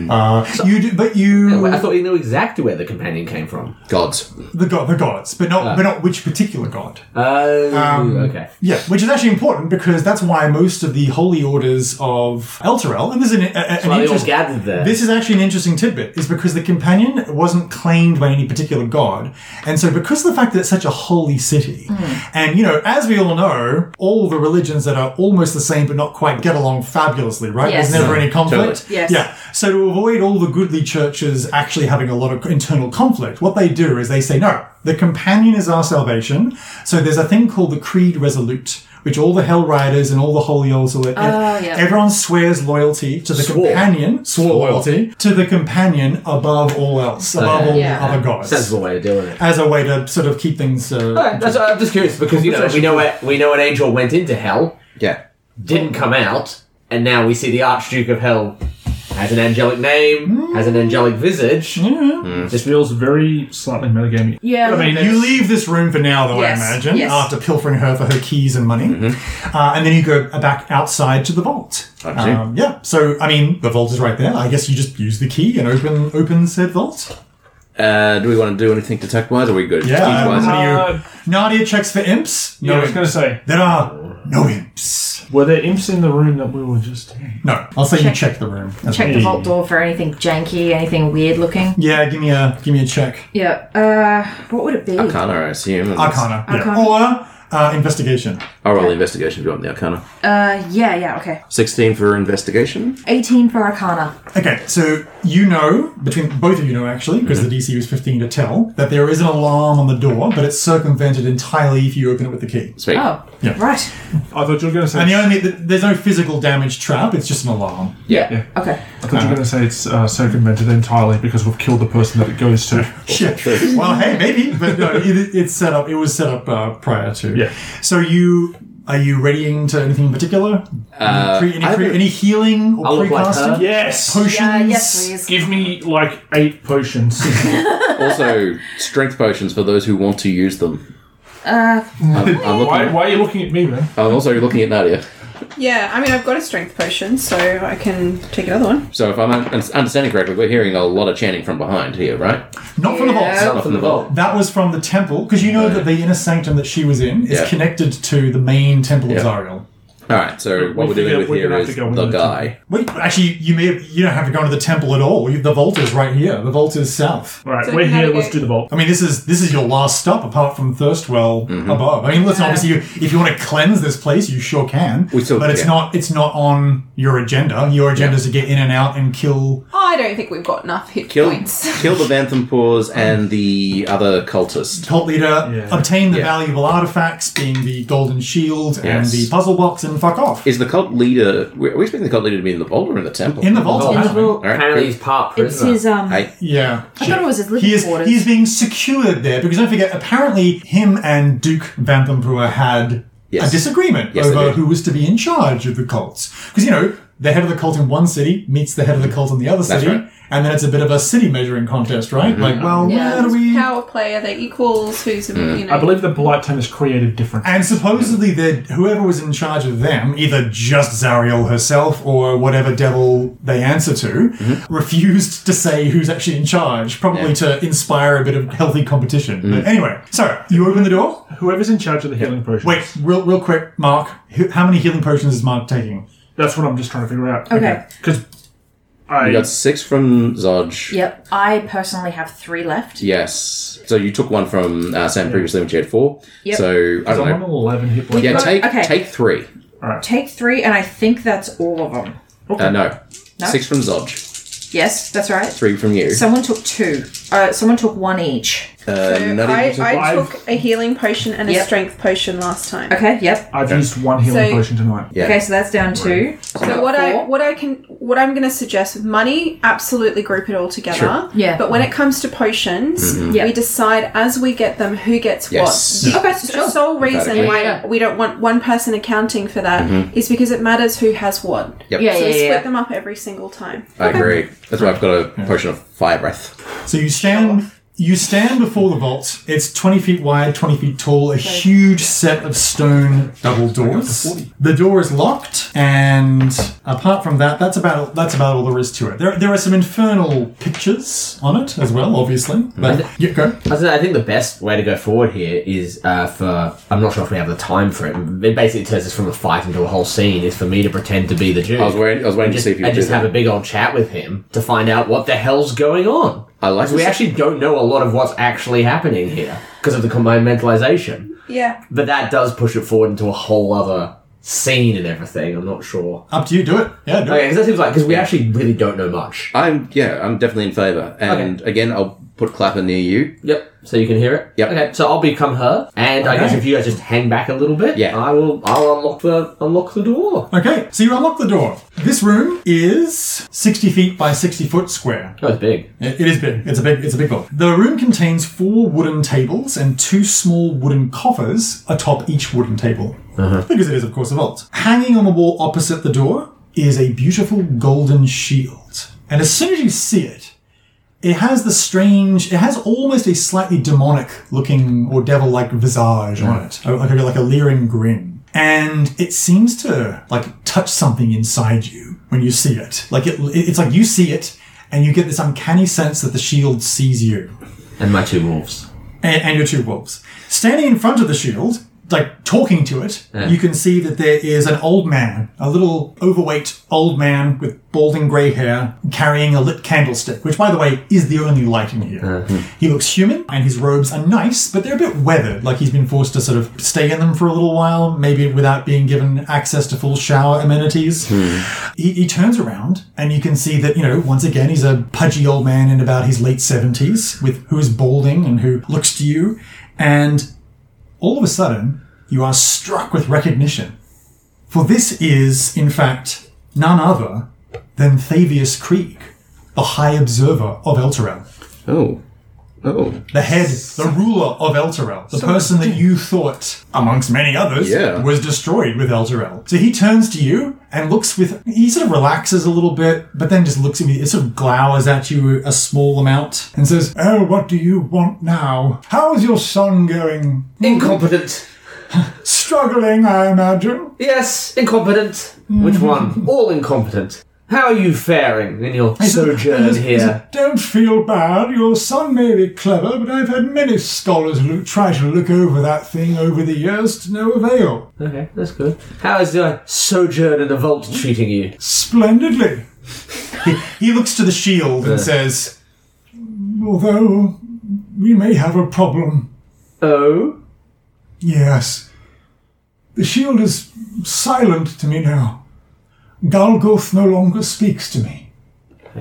S3: Uh, you do, but you
S6: I thought you knew exactly where the companion came from.
S5: Gods.
S3: the god, the gods, but not
S6: Uh.
S3: but not which particular god.
S6: Oh,
S3: Um,
S6: okay.
S3: Yeah, which is actually important because that's why most of the holy orders of Elturel, and this is an, a, a- an
S6: Well, they all
S3: interest-
S6: gathered there.
S3: This is actually an interesting tidbit, is because the companion wasn't claimed by any particular god. And so, because of the fact that it's such a holy city, and you know, as we all know, all the religions that are almost the same but not quite get along fabulously, right?
S7: Yes.
S3: There's never any conflict.
S5: Totally.
S7: Yes.
S3: Yeah. So, to avoid all the goodly churches actually having a lot of internal conflict, what they do is they say, no, the companion is our salvation. So, there's a thing called the Creed Resolute. Which all the Hell Riders and all the Holy Oils, oh,
S7: yeah.
S3: everyone swears loyalty to the
S6: Swore.
S3: companion, swore loyalty to the companion above all else, above all
S7: Yeah.
S3: other gods,
S6: Sensible way of doing it.
S3: as a way to sort of keep things. Uh,
S6: Alright, that's- I'm just curious because you know we know where, we know an angel went into hell,
S5: Yeah.
S6: didn't come out, and now we see the Archduke of Hell has an angelic name, has an angelic visage.
S4: This feels very slightly metagamey.
S7: Yeah.
S4: I mean,
S3: you leave this room for now, though I
S7: Yes,
S3: imagine,
S7: yes.
S3: after pilfering her for her keys and money, uh, and then you go back outside to the vault.
S5: I see.
S3: Um, yeah, so I mean, the vault is right there. I guess you just use the key and open open said vault.
S5: Uh, do we want to do anything detect wise? Are we good?
S3: Yeah,
S5: Keys-wise?
S3: um,
S4: uh,
S3: Nadia checks for imps.
S4: yeah, I was going to say.
S3: There are No imps.
S4: Were there imps in the room that we were just in?
S3: No. I'll say you
S4: Check-
S3: check the room. That's
S7: Check
S3: what
S7: the
S3: you-
S7: vault door for anything janky, anything weird looking.
S3: Yeah, give me a give me a check.
S7: Yeah. Uh, what would it be?
S5: Arcana, I assume. unless-
S3: Arcana. yeah. Or uh, investigation.
S5: I'll roll the investigation if you want the Arcana.
S7: Uh, yeah, yeah, okay.
S5: 16 for investigation.
S7: 18 for Arcana.
S3: Okay, so you know, between both of you know actually, because
S5: Mm-hmm.
S3: the DC was 15 to tell, that there is an alarm on the door, but it's circumvented entirely if you open it with the key.
S5: Sweet.
S7: Oh,
S3: Yeah.
S7: right.
S4: I thought you were going to say.
S3: And the only, th- there's no physical damage trap, it's just an alarm.
S5: Yeah.
S7: Okay.
S4: I thought you were going to say it's uh, circumvented entirely because we've killed the person that it goes to.
S3: Yeah. Well, hey, maybe, but no, it, it's set up, it was set up uh, prior to.
S4: Yeah.
S3: So you, are you readying to anything in particular?
S5: Uh,
S3: Pre- any,
S5: I
S3: pre-
S5: would-
S3: any healing or
S5: I look like
S3: pre-casting?
S5: her.
S4: Yes.
S3: Potions?
S7: Uh, yes, please.
S4: Give me like eight potions.
S5: also, strength potions for those who want to use them.
S10: Uh,
S5: I'm, I'm looking
S4: why, why are you looking at me, man?
S5: I'm also looking at Nadia.
S10: yeah, I mean, I've got a strength potion, so I can take another one.
S5: So, if I'm un- understanding correctly, we're hearing a lot of chanting from behind here, right?
S3: Not from the vault.
S5: Not from the vault.
S3: That was from the temple, because you know that the inner sanctum that she was in is
S5: Yeah.
S3: connected to the main temple
S5: Yeah.
S3: of Zariel.
S5: All right. So, what
S4: we
S5: we're dealing
S4: figured
S5: with
S4: we're
S5: here
S4: gonna
S5: is
S4: have to go in
S5: the
S4: the
S5: guy.
S3: Wait, actually, you may have, you don't have to go into the temple at all. You, the vault is right here. The vault is south.
S4: Right,
S10: So
S4: we're
S10: you
S4: here.
S10: navigate-
S4: Let's do the vault.
S3: I mean, this is this is your last stop, apart from Thirstwell
S5: Mm-hmm.
S3: above. I mean, listen, obviously, you, if you want to cleanse this place, you sure can.
S5: We still-
S3: but it's
S5: yeah.
S3: not it's not on your agenda. Your agenda is to get in and out and kill.
S10: I don't think we've got enough hit
S5: Kill,
S10: points.
S5: kill the Vantham Paws and the other cultist.
S3: Cult leader,
S4: Yeah.
S3: obtain the
S5: Yeah.
S3: valuable artifacts, being the golden shield
S5: Yes.
S3: and the puzzle box, and fuck off.
S5: Is the cult leader. Are we expecting the cult leader to be in the vault or in the temple?
S3: in the vault.
S6: vault.
S3: apparently.
S5: All right,
S6: Apparently,
S5: cool.
S6: he's part
S7: It's
S6: prisoner.
S7: his, um.
S5: Hey.
S3: Yeah.
S7: I thought it was his living
S3: He is,
S7: quarters.
S3: he is being secured there because don't forget, apparently him and Duke Vanthambrewer had
S5: Yes.
S3: a disagreement
S5: Yes, they
S3: over
S5: did.
S3: who was to be in charge of the cults. Because, you know, the head of the cult in one city meets the head of the cult in the other
S5: That's
S3: city,
S5: right. Mm-hmm.
S3: and then it's a bit of a city measuring contest, right? Like, well, where do we.
S10: Power play, are they equals? Who's, you know.
S4: I believe the polite term is creative difference.
S3: And supposedly, that whoever was in charge of them, either just Zariel herself or whatever devil they answer to, refused to say who's actually in charge, probably to inspire a bit of healthy competition. But anyway, so you open the door.
S4: Whoever's in charge of the healing potions.
S3: Wait, real, real quick, Mark. h- How many healing potions is Mark taking?
S4: that's what I'm just trying to figure out.
S7: Okay.
S4: Because
S5: We
S4: I
S5: got six from Zodge.
S7: Yep. I personally have three left.
S5: Yes. So you took one from uh, Sam previously when she had four.
S7: Yep.
S5: So I
S4: I'm
S5: don't
S4: on
S5: know.
S4: eleven hit points.
S5: Yeah, take
S7: Okay.
S5: take three.
S7: Take three, and I think that's all of them.
S5: Uh, no. six from Zodge,
S7: Yes, that's right.
S5: three from you.
S7: Someone took two. Uh, someone took one each.
S5: uh,
S10: So
S5: Nadia
S10: I,
S5: took-
S10: I
S4: I've-
S10: took a healing potion and
S7: Yep.
S10: a strength potion last time.
S7: Okay, yep.
S4: I've used one healing
S10: So-
S4: potion tonight.
S5: Yeah.
S7: Okay, so that's down two.
S10: So what I
S7: Four.
S10: what I can what I'm going to suggest with money, absolutely group it all together.
S5: Sure.
S7: Yeah. Mm-hmm.
S10: But when it comes to potions,
S7: Yeah.
S10: we decide as we get them who gets
S5: Yes.
S10: what. The s- sole reason
S5: Exactly.
S10: why
S7: Yeah.
S10: we don't want one person accounting for that is because it matters who has what.
S5: Yep.
S7: Yeah,
S10: So
S7: yeah,
S10: we
S7: yeah.
S10: split them up every single time.
S5: I agree. That's why I've got a potion of fire breath.
S3: So you stand. You stand before the vault. It's 20 feet wide, 20 feet tall, a huge set of stone double doors. The door is locked, and apart from that, that's about that's about all there is to it. There, there are some infernal pictures on it as well, obviously. But yeah, go.
S6: I said- I think the best way to go forward here is uh, for I'm not sure if we have the time for it. It basically turns us from a fight into a whole scene. Is for me to pretend to be the Jew.
S5: I was waiting. I was waiting
S6: and just,
S5: to see if you
S6: and
S5: would do
S6: just have
S5: that.
S6: a big old chat with him to find out what the hell's going on.
S5: I like
S6: 'Cause we
S5: this.
S6: actually don't know a lot of what's actually happening here because of the compartmentalization.
S10: Yeah.
S6: But that does push it forward into a whole other scene and everything. I'm not sure.
S3: Up to you. Do it. Yeah, do
S6: Okay,
S3: it.
S6: because that seems like because we actually really don't know much.
S5: I'm yeah. I'm definitely in favour. And again, I'll put Clapper near you.
S6: Yep. So you can hear it.
S5: Yep.
S6: Okay. So I'll become her, and I guess if you guys just hang back a little bit,
S5: Yeah.
S6: I will. I'll unlock the unlock the door.
S3: Okay. So you unlock the door. This room is 60 feet by 60 foot square.
S6: That was Oh, big.
S3: It it is big. It's a big. It's a big vault. The room contains four wooden tables and two small wooden coffers atop each wooden table, because it is, of course, a vault. Hanging on the wall opposite the door is a beautiful golden shield, and as soon as you see it, it has the strange. It has almost a slightly demonic-looking or devil-like visage on it, like a, like a leering grin, and it seems to like touch something inside you when you see it. Like it, it's like you see it. And you get this uncanny sense that the shield sees you
S6: And my two wolves.
S3: and, and your two wolves. Standing in front of the shield like talking to it,
S11: Yeah.
S3: you can see that there is an old man, a little overweight old man with balding grey hair, carrying a lit candlestick, which, by the way, is the only light in here. He looks human, and his robes are nice, but they're a bit weathered. Like he's been forced to sort of stay in them for a little while, maybe without being given access to full shower amenities. He, he turns around, and you can see that, you know, once again, he's a pudgy old man in about his late 70s, with who is balding and who looks to you, and all of a sudden, you are struck with recognition. For this is, in fact, none other than Thavius Creek, the High Observer of Elturel.
S5: Oh. Oh.
S3: The head, the ruler of Elturel, the
S5: So-
S3: person that you thought, amongst many others,
S5: Yeah.
S3: was destroyed with Elturel. So he turns to you and looks with. He sort of relaxes a little bit, but then just looks at me. It sort of glowers at you a small amount and says, Oh, what do you want now? How's your son going?
S6: Incompetent.
S3: Struggling, I imagine.
S6: Yes, incompetent. Which one? All incompetent. How are you faring in your
S3: And
S6: sojourn
S3: he says,
S6: here?
S3: Don't feel bad. Your son may be clever, but I've had many scholars look, try to look over that thing over the years to no avail.
S6: Okay, that's good. How is your sojourn in the vault treating you?
S3: Splendidly. he, he looks to the shield and says, Although we may have a problem.
S6: Oh?
S3: Yes. The shield is silent to me now. Galgoth no longer speaks to me.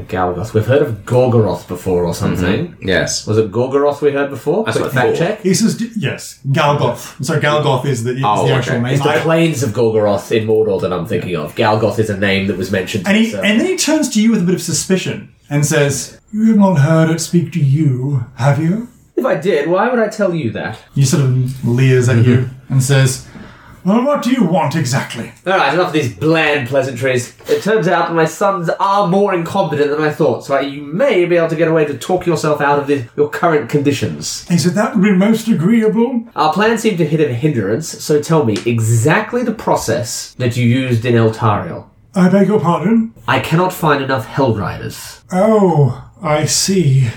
S6: Galgoth. We've heard of Gorgoroth before or something.
S5: Yes.
S6: Was it Gorgoroth we heard
S5: Mm-hmm.
S6: before?
S5: That's
S6: Quick
S5: what I
S6: fact
S5: thought.
S6: check.
S3: He says, d- yes, Galgoth. So Galgoth is the, is
S6: Oh,
S3: the actual
S6: okay.
S3: name.
S6: It's the
S3: I-
S6: plains of Gorgoroth in Mordor that I'm thinking of. Galgoth is a name that was mentioned.
S3: And he, and then he turns to you with a bit of suspicion and says, "You have not heard it speak to you, have you?"
S6: if I did, why would I tell you that?
S3: He sort of leers
S6: Mm-hmm.
S3: at you and says, "Well, what do you want exactly?"
S6: All right, enough of these bland pleasantries. It turns out that my sons are more incompetent than I thought, so you may be able to get away to talk yourself out of this, your current conditions.
S3: He said, "That would be most agreeable."
S6: Our plan seemed to hit a hindrance, so tell me exactly the process that you used in Eltariel.
S3: I beg your pardon.
S6: I cannot find enough Hellriders.
S3: Oh, I see.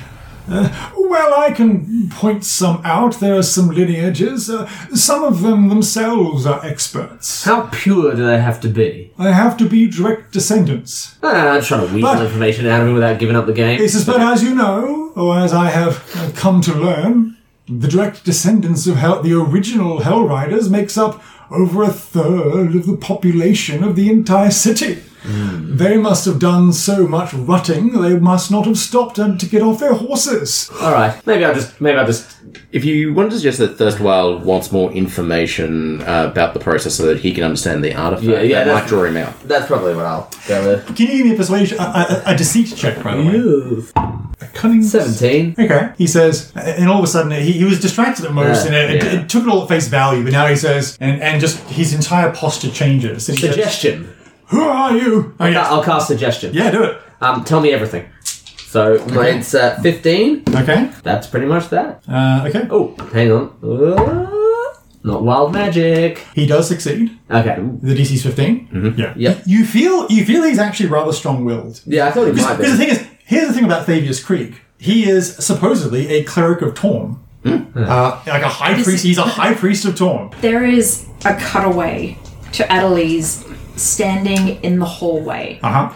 S3: Uh, well, I can point some out. There are some lineages. Uh, some of them themselves are experts.
S6: How pure do they have to be?
S3: They have to be direct descendants.
S6: Ah, I'm trying to weasel
S3: But-
S6: information out of me without giving up the game.
S3: He says, but as you know, or as I have uh, come to learn, the direct descendants of Hel- the original Hellriders makes up over a third of the population of the entire city.
S6: Hmm.
S3: They must have done so much rutting, they must not have stopped and to get off their horses.
S6: All right, maybe I'll just maybe I'll just.
S5: If you want to suggest that Thirstwild wants more information uh, about the process so that he can understand the artifact,
S6: Yeah, yeah,
S5: that might
S6: that's-
S5: draw him out.
S6: That's probably what I'll go with.
S3: Can you give me a persuasion, a, a, a deceit check, by the way? A cunning
S6: 17.
S3: Okay. He says, and all of a sudden he, he was distracted at most,
S6: Yeah,
S3: and it, it,
S6: yeah.
S3: it took it all at face value, but now he says, and, and just his entire posture changes. And he says,
S6: Suggestion.
S3: Who are you? Oh,
S6: I'll, ca- I'll cast suggestion.
S3: Yeah, do it.
S6: Um, tell me everything. So mine's uh, 15.
S3: Okay.
S6: That's pretty much that.
S3: Uh, okay.
S6: Oh, hang on. Uh, not wild magic.
S3: He does succeed.
S6: Okay.
S3: The DC's 15. Mm-hmm. Yeah.
S6: Yep.
S3: You feel you feel he's actually rather strong-willed.
S6: Yeah, I thought it
S3: Because
S6: might be.
S3: because the thing is, here's the thing about Thavius Creek. He is supposedly a cleric of Torm.
S6: Hmm.
S3: Uh, like a high priest. He's a high priest of Torm.
S9: There is a cutaway to Adelise standing in the hallway.
S3: Uh-huh.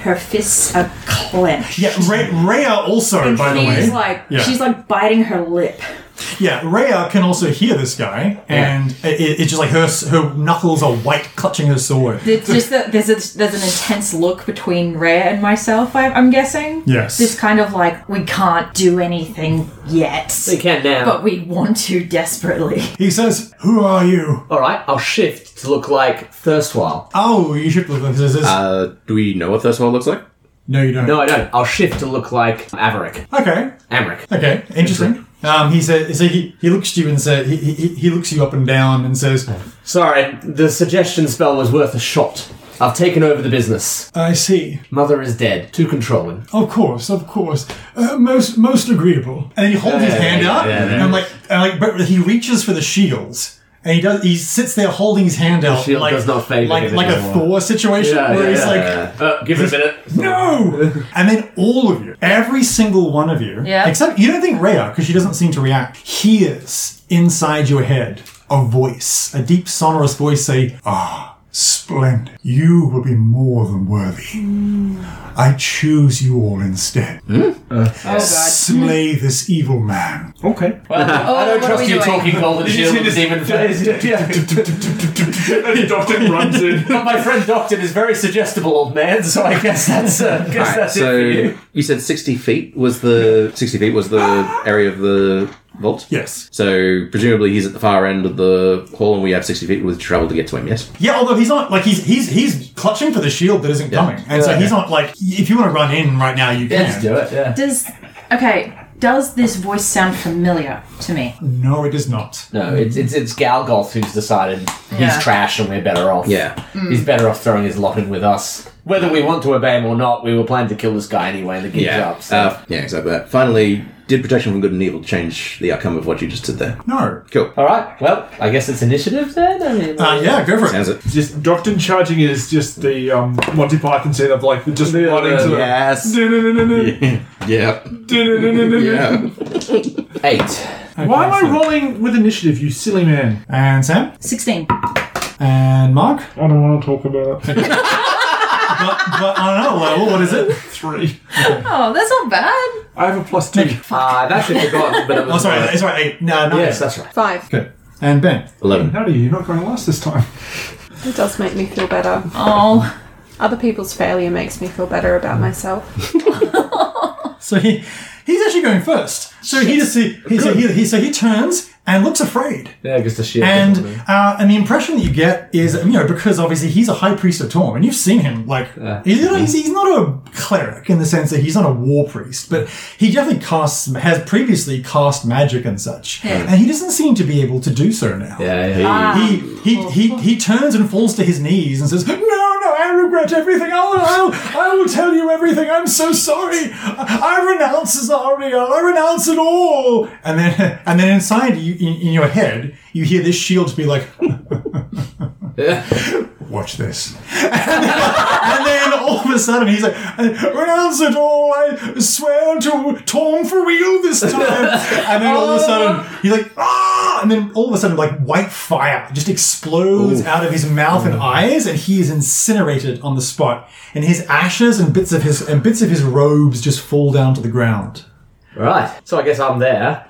S9: Her fists are clenched.
S3: Yeah, Rhea, Rhea also,
S9: And
S3: by the way.
S9: she's like
S3: yeah.
S9: she's like biting her lip.
S3: Yeah, Rhea can also hear this guy, and it, it- it's just like her s- her knuckles are white, clutching her sword.
S9: There's just that there's a, there's an intense look between Rhea and myself. I, I'm guessing.
S3: Yes.
S9: This kind of like we can't do anything yet.
S6: We can now.
S9: But we want to desperately.
S3: He says, "Who are you?"
S6: All right, I'll shift to look like Thirstwile.
S3: Oh, you should look. This is
S5: Uh, do we know what Thirstwild looks like?
S3: no, you don't.
S6: No, I don't. I'll shift to look like Averick.
S3: Okay.
S6: Amric.
S3: Okay, interesting. Um, he said, so he, he looks to you and says, he, he, he looks you up and down and says,
S6: Sorry, the suggestion spell was worth a shot. I've taken over the business.
S3: I see.
S6: Mother is dead. Too controlling.
S3: Of course, of course. Uh, most, most agreeable. And he holds his
S6: Yeah,
S3: hand
S6: yeah,
S3: out
S6: yeah,
S3: and
S6: yeah.
S3: I'm like, and like, but he reaches for the shields. And he does. He sits there holding his hand out,
S6: shield
S3: like
S6: does not favour
S3: like,
S6: him
S3: like a
S6: anymore.
S3: Thor situation,
S6: Yeah,
S3: where
S6: yeah,
S3: he's
S6: yeah,
S3: like,
S6: Uh, give it a minute.
S3: "No!" and then all of you, every single one of you,
S9: Yeah.
S3: except you don't think Rhea, because she doesn't seem to react, hears inside your head a voice, a deep, sonorous voice say, Ah, splendid. You will be more than worthy. I choose you all instead.
S9: God.
S3: Slay this evil man.
S4: Okay.
S9: Oh,
S6: I don't
S9: what are
S6: trust
S9: we
S6: you
S9: doing?
S6: talking Golden
S4: Did you
S6: Shield
S4: see
S6: with
S4: this-
S6: Demon
S4: And Doctor runs in.
S6: But my friend Doctor is very suggestible, old man, so I guess that's, uh, guess
S5: Alright,
S6: that's
S5: so
S6: it for you.
S5: said sixty feet was the sixty feet was the area of the vault.
S3: Yes.
S5: So presumably he's at the far end of the hall, and we have sixty feet with travel to get to him. Yes.
S3: Yeah, although he's not like he's he's he's clutching for the shield that isn't coming, and so
S5: Yeah.
S3: he's not like if you want to run in right now, you can.
S6: Let's do it, yeah.
S9: Does okay? Does this voice sound familiar to me?
S3: No, it is not.
S6: No, it's, it's, it's Galgoth who's decided
S9: Yeah. Mm.
S6: he's trash and we're better off.
S5: Yeah.
S6: He's better off throwing his lot in with us. Whether we want to obey him or not, we were planning to kill this guy anyway and the gig's
S5: Yeah.
S6: up. So.
S5: Uh, yeah. Exactly. That. Finally, did protection from good and evil change the outcome of what you just did there?
S3: No.
S5: Cool.
S6: All right. Well, I guess it's initiative then. I mean,
S3: Uh, yeah, go for it.
S5: Sounds it.
S4: Just Doctor charging is just the um, Monty Python scene of like just running to
S5: Yes.
S4: the.
S5: Yep.
S4: Yeah.
S5: Yeah.
S6: eight.
S4: Why am I rolling with initiative, you silly man?
S3: And Sam
S9: Sixteen.
S3: and Mark,
S4: I don't want to talk about it.
S3: but, but on another level, what is it?
S4: Three.
S7: Oh, that's not bad.
S4: I have a plus two.
S6: Ah, that's it. Forgot, but it
S3: Oh,
S6: was
S3: sorry, it's right. Eight. No, no.
S6: Yes, that's right.
S2: Five.
S3: And Ben.
S5: Eleven.
S4: How do you? You're not going last this time.
S2: It does make me feel better.
S7: Oh,
S2: Other people's failure makes me feel better about myself.
S3: So he he's actually going first. So he just he, he, so he, he so he turns and looks afraid.
S6: Yeah, because the shit.
S3: And uh, and the impression that you get is you know because obviously he's a high priest of Torm, and you've seen him like he's, not, he's, he's not a cleric in the sense that he's not a war priest, but he definitely casts has previously cast magic and such, and he doesn't seem to be able to do so now.
S6: yeah, yeah.
S5: Ah.
S3: He, he, he, he turns and falls to his knees and says, No, no, I regret everything. I'll, I'll, I will tell you everything. I'm so sorry. I, I renounce Azariel. I renounce it all. And then, and then inside you, in, in your head, you hear this shield be like, Watch this. And then all of a sudden he's like, renounce it all, I swear to Tom for real this time. And then all of a sudden he's like, ah! And then all of a sudden, like, white fire just explodes out of his mouth and eyes, and he is incinerated on the spot. And his ashes and bits of his and bits of his robes just fall down to the ground.
S6: Right. So I guess I'm there.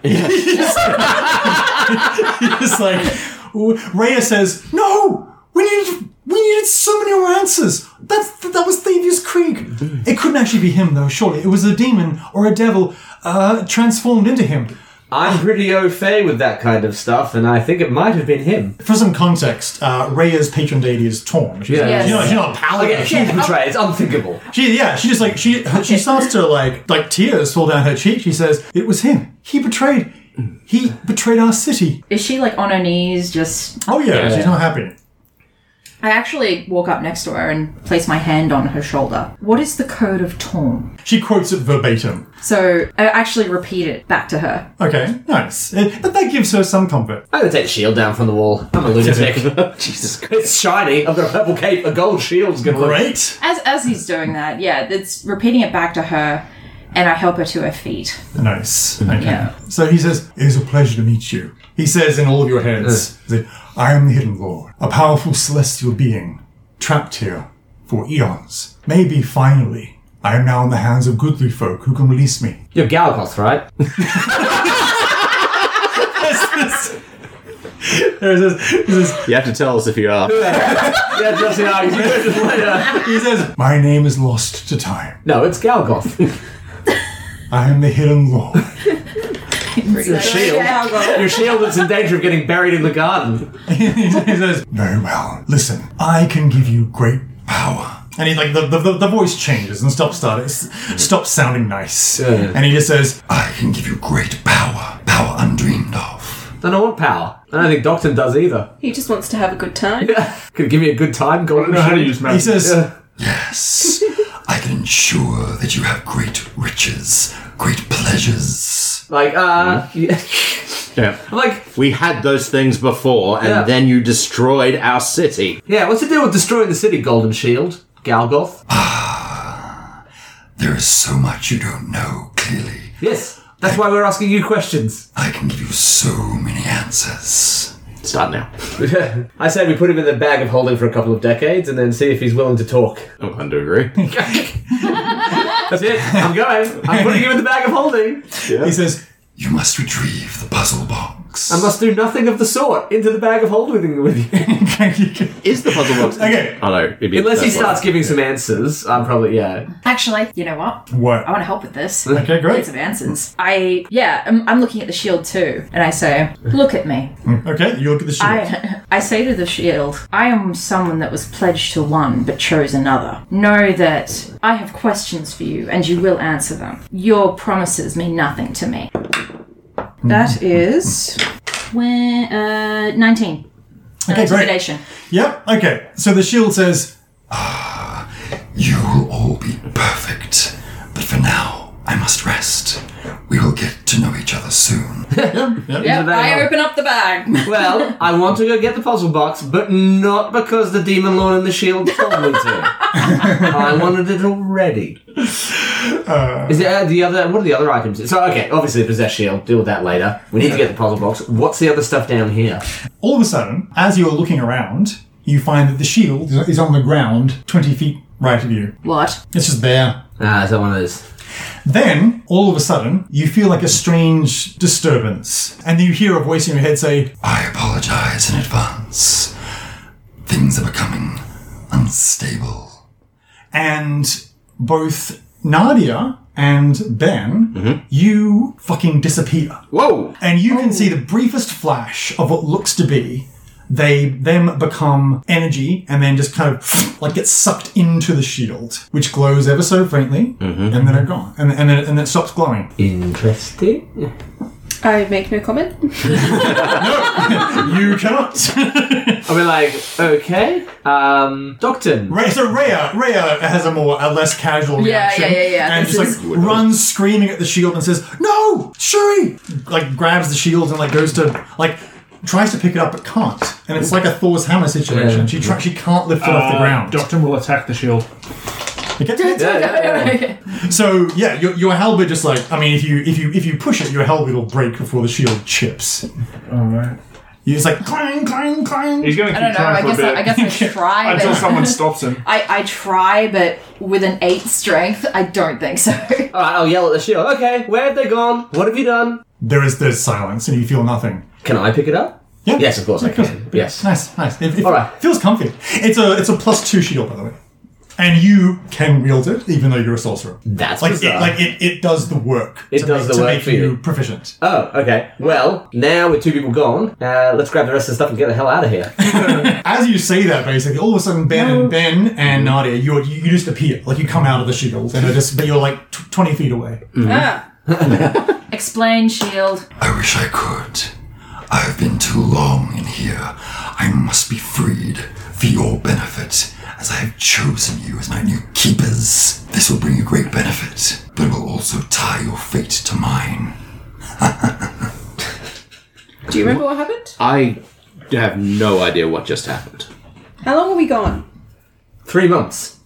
S3: It's like Rhea says, "No, we needed we needed so many more answers. That's that was Thievius Creek. It couldn't actually be him though. Surely it was a demon or a devil uh, transformed into him."
S6: I'm pretty au fait with that kind of stuff, and I think it might have been him.
S3: For some context, uh, Rhea's patron deity is Torn. She's,
S6: Yeah.
S3: she's, not, she's not a paladin.
S6: Again, she's betrayed. It's unthinkable.
S3: She yeah, she just like she she starts to like like tears fall down her cheek. She says, "It was him. He betrayed. He betrayed our city."
S9: Is she like on her knees? Just
S3: Oh yeah, she's not happy.
S9: I actually walk up next to her and place my hand on her shoulder. What is the code of Torm?
S3: She quotes it verbatim.
S9: So I actually repeat it back to her.
S3: Okay, nice. Uh, but that gives her some comfort.
S6: I'm gonna take the shield down from the wall. I'm a lunatic.
S5: Jesus Christ.
S6: it's shiny. I've got a purple cape. A gold shield's gonna look.
S3: Great.
S9: As as he's doing that, yeah, it's repeating it back to her, and I help her to her feet.
S3: Nice. Okay.
S9: Yeah.
S3: So he says, It is a pleasure to meet you. He says in all of your heads, that, I am the Hidden Lord, a powerful celestial being, trapped here for eons. Maybe finally, I am now in the hands of goodly folk who can release me.
S6: You're Galgoth, right?
S3: There it is. He says,
S5: You have to tell us if you are.
S6: yeah, just now. You guys just later.
S3: he says, My name is lost to time.
S6: No, it's Galgoth.
S3: I am the Hidden Lord.
S6: Your shield. Your shield that's in danger of getting buried in the garden.
S3: he says, Very well. Listen, I can give you great power. And he like the, the, the, the voice changes and stops starting stops sounding nice. And he just says, I can give you great power. Power undreamed of.
S6: I don't want power. I don't think Docton does either.
S2: He just wants to have a good time.
S6: Could give me a good time,
S4: I don't
S6: golden
S4: know how to
S6: shield.
S4: use magic.
S3: He says
S6: Yeah.
S3: Yes. I can ensure that you have great riches, great pleasures.
S6: Like, uh, yeah.
S5: Yeah.
S6: I'm like,
S5: We had those things before, and
S6: Yeah.
S5: then you destroyed our city.
S6: yeah, what's the deal with destroying the city, Golden Shield? Galgoth?
S3: There is so much you don't know, clearly.
S6: Yes, that's why we're asking you questions.
S3: I can give you so many answers.
S5: Start now.
S6: I said we put him in the bag of holding for a couple of decades and then see if he's willing to talk.
S5: I'm going to agree.
S6: That's it. I'm going. I'm putting him in the bag of holding.
S3: He says, You must retrieve the puzzle box.
S6: I must do nothing of the sort into the bag of holding with you.
S5: Is the puzzle box?
S3: Okay.
S5: Oh no. It'd be
S6: Unless he
S5: that's
S6: starts giving some answers, I'm probably yeah.
S7: Actually, you know what?
S3: What?
S7: I want to help with this.
S3: Okay,
S7: Get
S3: great.
S7: some answers. I yeah, I'm, I'm looking at the shield too, and I say, "Look at me."
S4: Mm.
S3: Okay, you look at the shield.
S7: I I say to the shield, "I am someone that was pledged to one but chose another. Know that I have questions for you, and you will answer them. Your promises mean nothing to me."
S4: Mm.
S2: That is.
S7: When uh, nineteen.
S3: Okay, great.
S7: Intimidation.
S3: Yep. Okay. So the shield says, ah, "You will all be
S11: Perfect. But for now, I must rest. We will get to know each other soon.
S9: Yep, I open up the bag.
S6: Well, I want to go get the puzzle box, but not because the demon lord and the shield told me to. I wanted it already. Is there uh, the other? What are the other items? So okay, obviously the possess shield. Deal with that later. We need to get the puzzle box. What's the other stuff down here?
S3: All of a sudden, as you're looking around, you find that the shield is- is on the ground 20 feet right of you.
S7: What?
S3: It's just there.
S6: Ah, is that one of those?
S3: Then, all of a sudden, you feel like a strange disturbance, and you hear a voice in your head say,
S11: I apologize in advance. Things are becoming unstable.
S3: and both Nadia and Ben, you fucking disappear.
S5: Whoa!
S3: And you can see the
S7: Oh.
S3: briefest flash of what looks to be they them become energy and then just kind of like get sucked into the shield, which glows ever so faintly, and then are gone, and and then, and then it stops glowing.
S6: Interesting.
S2: I make no comment.
S7: Mm-hmm.
S3: You cannot.
S6: I'll be like, okay, um, Doctor.
S3: Ray, so Rhea, Rhea has a more a less casual
S7: Yeah,
S3: reaction,
S7: yeah, yeah, yeah.
S3: and
S7: This
S3: just
S7: is-
S3: like runs screaming at the shield and says, "No, Shuri!" Like grabs the shield and like goes to like tries to pick it up but can't, and it's like a Thor's hammer situation.
S4: Yeah.
S3: She try, she can't lift it off the ground.
S4: uh, Doctor will attack the shield.
S3: Okay? So yeah, your, your halberd just like I mean, if you if you if you push it, your halberd will break before the shield chips.
S4: All right.
S3: You just like clang clang clang.
S4: He's going to
S7: I
S4: keep
S7: don't know.
S4: trying
S7: I
S4: for
S7: guess
S4: a
S7: I,
S4: bit
S7: I guess I try,
S4: until
S7: but
S4: someone stops him.
S7: I I try, but with an eight strength, I don't think so.
S6: All right, I'll yell at the shield. Okay, where have they gone? What have you done?
S3: There is there's silence, and you feel nothing.
S6: Can I pick it up?
S3: Yeah.
S6: Yes, of course I can. Yes.
S3: Nice, nice. It, it
S6: All right.
S3: feels comfy. It's a it's a plus two shield, by the way, and you can wield it even though you're a sorcerer.
S6: That's
S3: like
S6: bizarre.
S3: it, like it, it does the work.
S6: It
S3: to make,
S6: does the
S3: to
S6: work
S3: make
S6: for you.
S3: proficient.
S6: Oh, okay. Well, now with two people gone, uh, let's grab the rest of the stuff and get the hell out of here.
S3: As you say that, basically, all of a sudden, Ben and Ben and Nadia, you you just appear like you come out of the shield, and are just but you're like tw twenty feet away.
S10: Ah.
S7: Explain shield.
S11: I wish I could. I have been too long in here. I must be freed for your benefit, as I have chosen you as my new keepers. This will bring you great benefit, but it will also tie your fate to mine.
S2: Do you remember what happened?
S5: I have no idea what just happened.
S2: How long were we gone?
S6: Three months.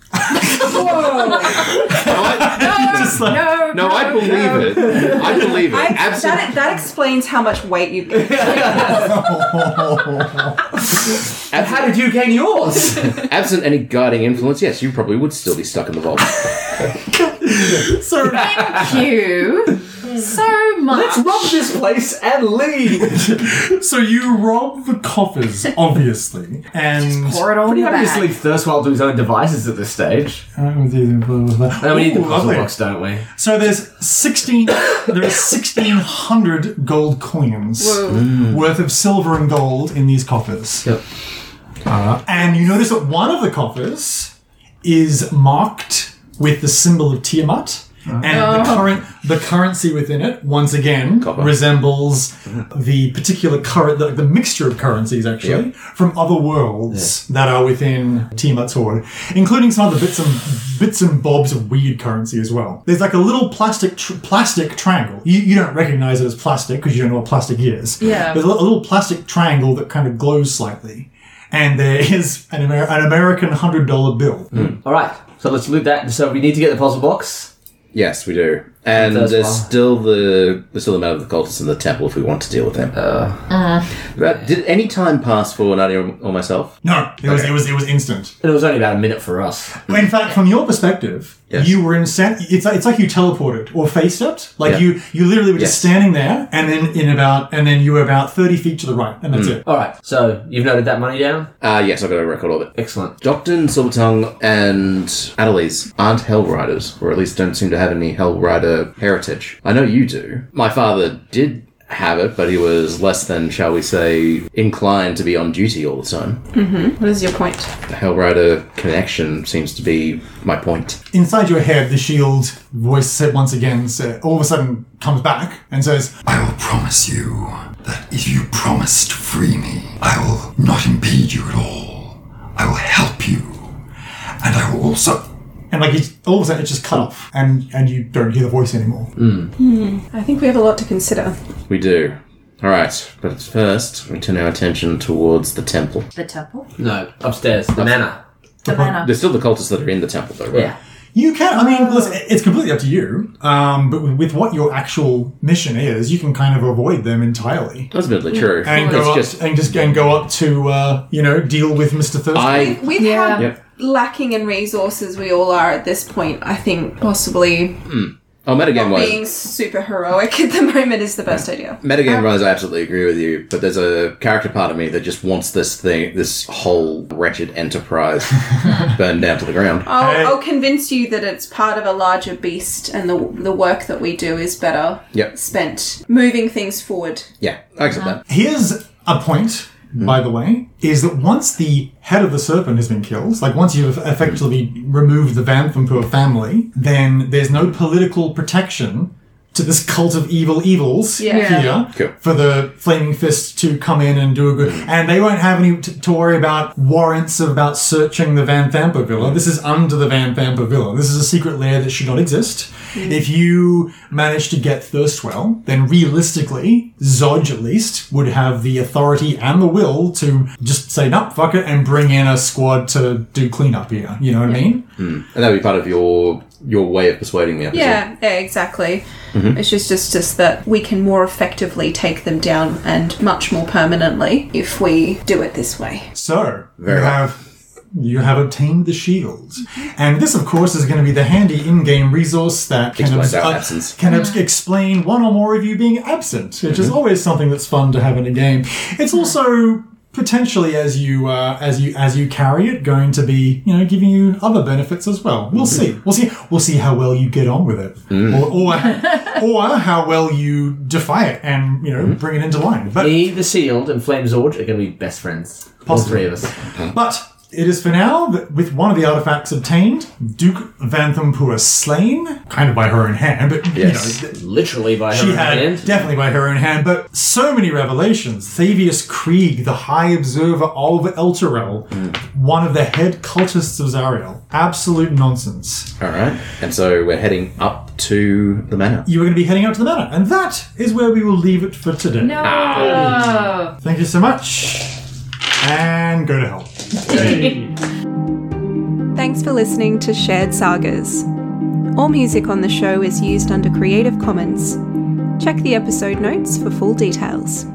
S7: No,
S5: No, I believe it. I believe it.
S10: I,
S5: Absolutely.
S10: that, that explains how much weight you gained.
S6: And how did you gain yours?
S5: Absent any guiding influence, yes, you probably would still be stuck in the vault.
S7: Thank you so much.
S6: let's rob this place and leave.
S3: So you rob the coffers, obviously, and
S7: Pour it all in
S6: Pretty
S7: the
S6: happy to
S7: bag.
S6: sleep thirst while to his own devices at this stage. And we need the
S3: Ooh,
S6: puzzle
S3: lovely.
S6: box, don't we?
S3: So there's sixteen. there are sixteen hundred gold coins worth of silver and gold in these coffers.
S6: Mm. Yep.
S3: Uh, and you notice that one of the coffers is marked with the symbol of Tiamat, and the current the currency within it once again resembles the particular current the, the mixture of currencies actually from other worlds that are within Tiamat's hoard, including some of the bits and bits and bobs of weird currency as well. There's like a little plastic tr- plastic triangle. You, you don't recognize it as plastic because you don't know what plastic is.
S7: Yeah.
S3: There's a li- a little plastic triangle that kind of glows slightly. And there is an, Amer- an American $100 bill.
S6: All right, so let's loot that. So we need to get the puzzle box.
S5: yes, we do. And
S6: Thirst
S5: there's
S6: Wild.
S5: still the there's still the matter of the cultists in the temple if we want to deal with them. But did any time pass for Nadia or myself?
S3: No, it was it was it was instant.
S5: It was only about a minute for us.
S3: In fact, from your perspective, you were in san- it's like, it's like you teleported or face stepped. Like
S5: Yeah.
S3: you you literally were
S5: Yes.
S3: just standing there, and then in about and then you were about thirty feet to the right, and that's it.
S5: All right. So you've noted that money down? Uh, yes, I've got a record of it. Excellent. Docton, Silvertongue, and Adelise aren't Hell Riders, or at least don't seem to have any Hell Rider heritage. I know you do. My father did have it, but he was less than, shall we say, inclined to be on duty all the time.
S2: Mm-hmm. What is your point?
S5: The Hell Rider connection seems to be my point.
S3: Inside your head, the shield voice said once again, said, all of a sudden comes back and says,
S11: I will promise you that if you promise to free me, I will not impede you at all. I will help you. And I will also.
S3: And like it's, all of a sudden it's just cut off, and and you don't hear the voice anymore.
S2: I think we have a lot to consider.
S5: We do. All right, but first, we turn our attention towards the temple.
S7: The temple?
S5: No, upstairs, the manor.
S7: The manor.
S5: There's still the cultists that are in the temple, though, right?
S3: Yeah. You can. I mean, listen, it's completely up to you. Um, but with, with what your actual mission is, you can kind of avoid them entirely.
S5: That's admittedly true.
S3: And
S5: It's
S3: go up,
S5: just-
S3: and just and go up to uh, you know deal with Mister Thurston.
S5: I-
S10: With how
S5: Yep.
S10: lacking in resources we all are at this point, I think possibly
S5: Hmm. Oh, metagame
S10: being Uh,
S5: wise,
S10: super heroic at the moment is the best idea.
S5: metagame wise, I absolutely agree with you. But there's a character part of me that just wants this thing, this whole wretched enterprise, burned down to the ground.
S10: I'll, I'll convince you that it's part of a larger beast, and the the work that we do is better
S5: Yep.
S10: spent moving things forward.
S5: Yeah, I accept
S10: uh.
S5: that.
S3: Here's a point, by the way, is that once the head of the serpent has been killed, like once you've effectively removed the Vantham to a family, then there's no political protection to this cult of evil evils
S10: Yeah. Yeah.
S3: here
S5: Cool.
S3: for the Flaming Fist to come in and do a good. And they won't have any t- to worry about warrants about searching the Van Thampa villa. This is under the Van Thampa villa. This is a secret lair that should not exist.
S11: Mm.
S3: If you manage to get Thirstwell, then realistically, Zodge at least would have the authority and the will to just say, nope, fuck it, and bring in a squad to do cleanup here. You know what I mean?
S5: Hmm. And that would be part of your your way of persuading me. I presume.
S10: Yeah, yeah, exactly.
S5: Mhm.
S10: It's just, just just that we can more effectively take them down and much more permanently if we do it this way.
S3: So you have you have obtained the shield, and this, of course, is going to be the handy in-game resource that can obs-
S5: Explains our
S3: uh,
S5: absence.
S3: can obs- explain one or more of you being absent, which
S5: Mm-hmm.
S3: is always something that's fun to have in a game. It's also potentially as you uh, as you as you carry it going to be you know giving you other benefits as well we'll
S5: Mm-hmm.
S3: see we'll see we'll see how well you get on with it
S5: Mm.
S3: or, or, or how well you defy it and you know
S5: Mm-hmm.
S3: bring it into line but
S6: Me, the Sealed, and Flame Zorge are going to be best friends. All
S3: Possibly.
S6: three of us.
S3: But it is for now that with one of the artifacts obtained, Duke Vanthampua slain, kind of by her own hand, but
S6: Yes.
S3: you know, th-
S6: Literally by
S3: she
S6: her
S3: had
S6: hand.
S3: definitely by her own hand. But so many revelations. Thavius Krieg, the High Observer of Elturel, one of the head cultists of Zariel, absolute nonsense.
S5: All right. And so we're heading up to the manor.
S3: You are going to be heading out to the manor, and that is where we will leave it for today.
S7: No. Ah.
S3: Thank you so much, and go to hell.
S12: Thanks for listening to Shared Sagas. All music on the show is used under Creative Commons. Check the episode notes for full details.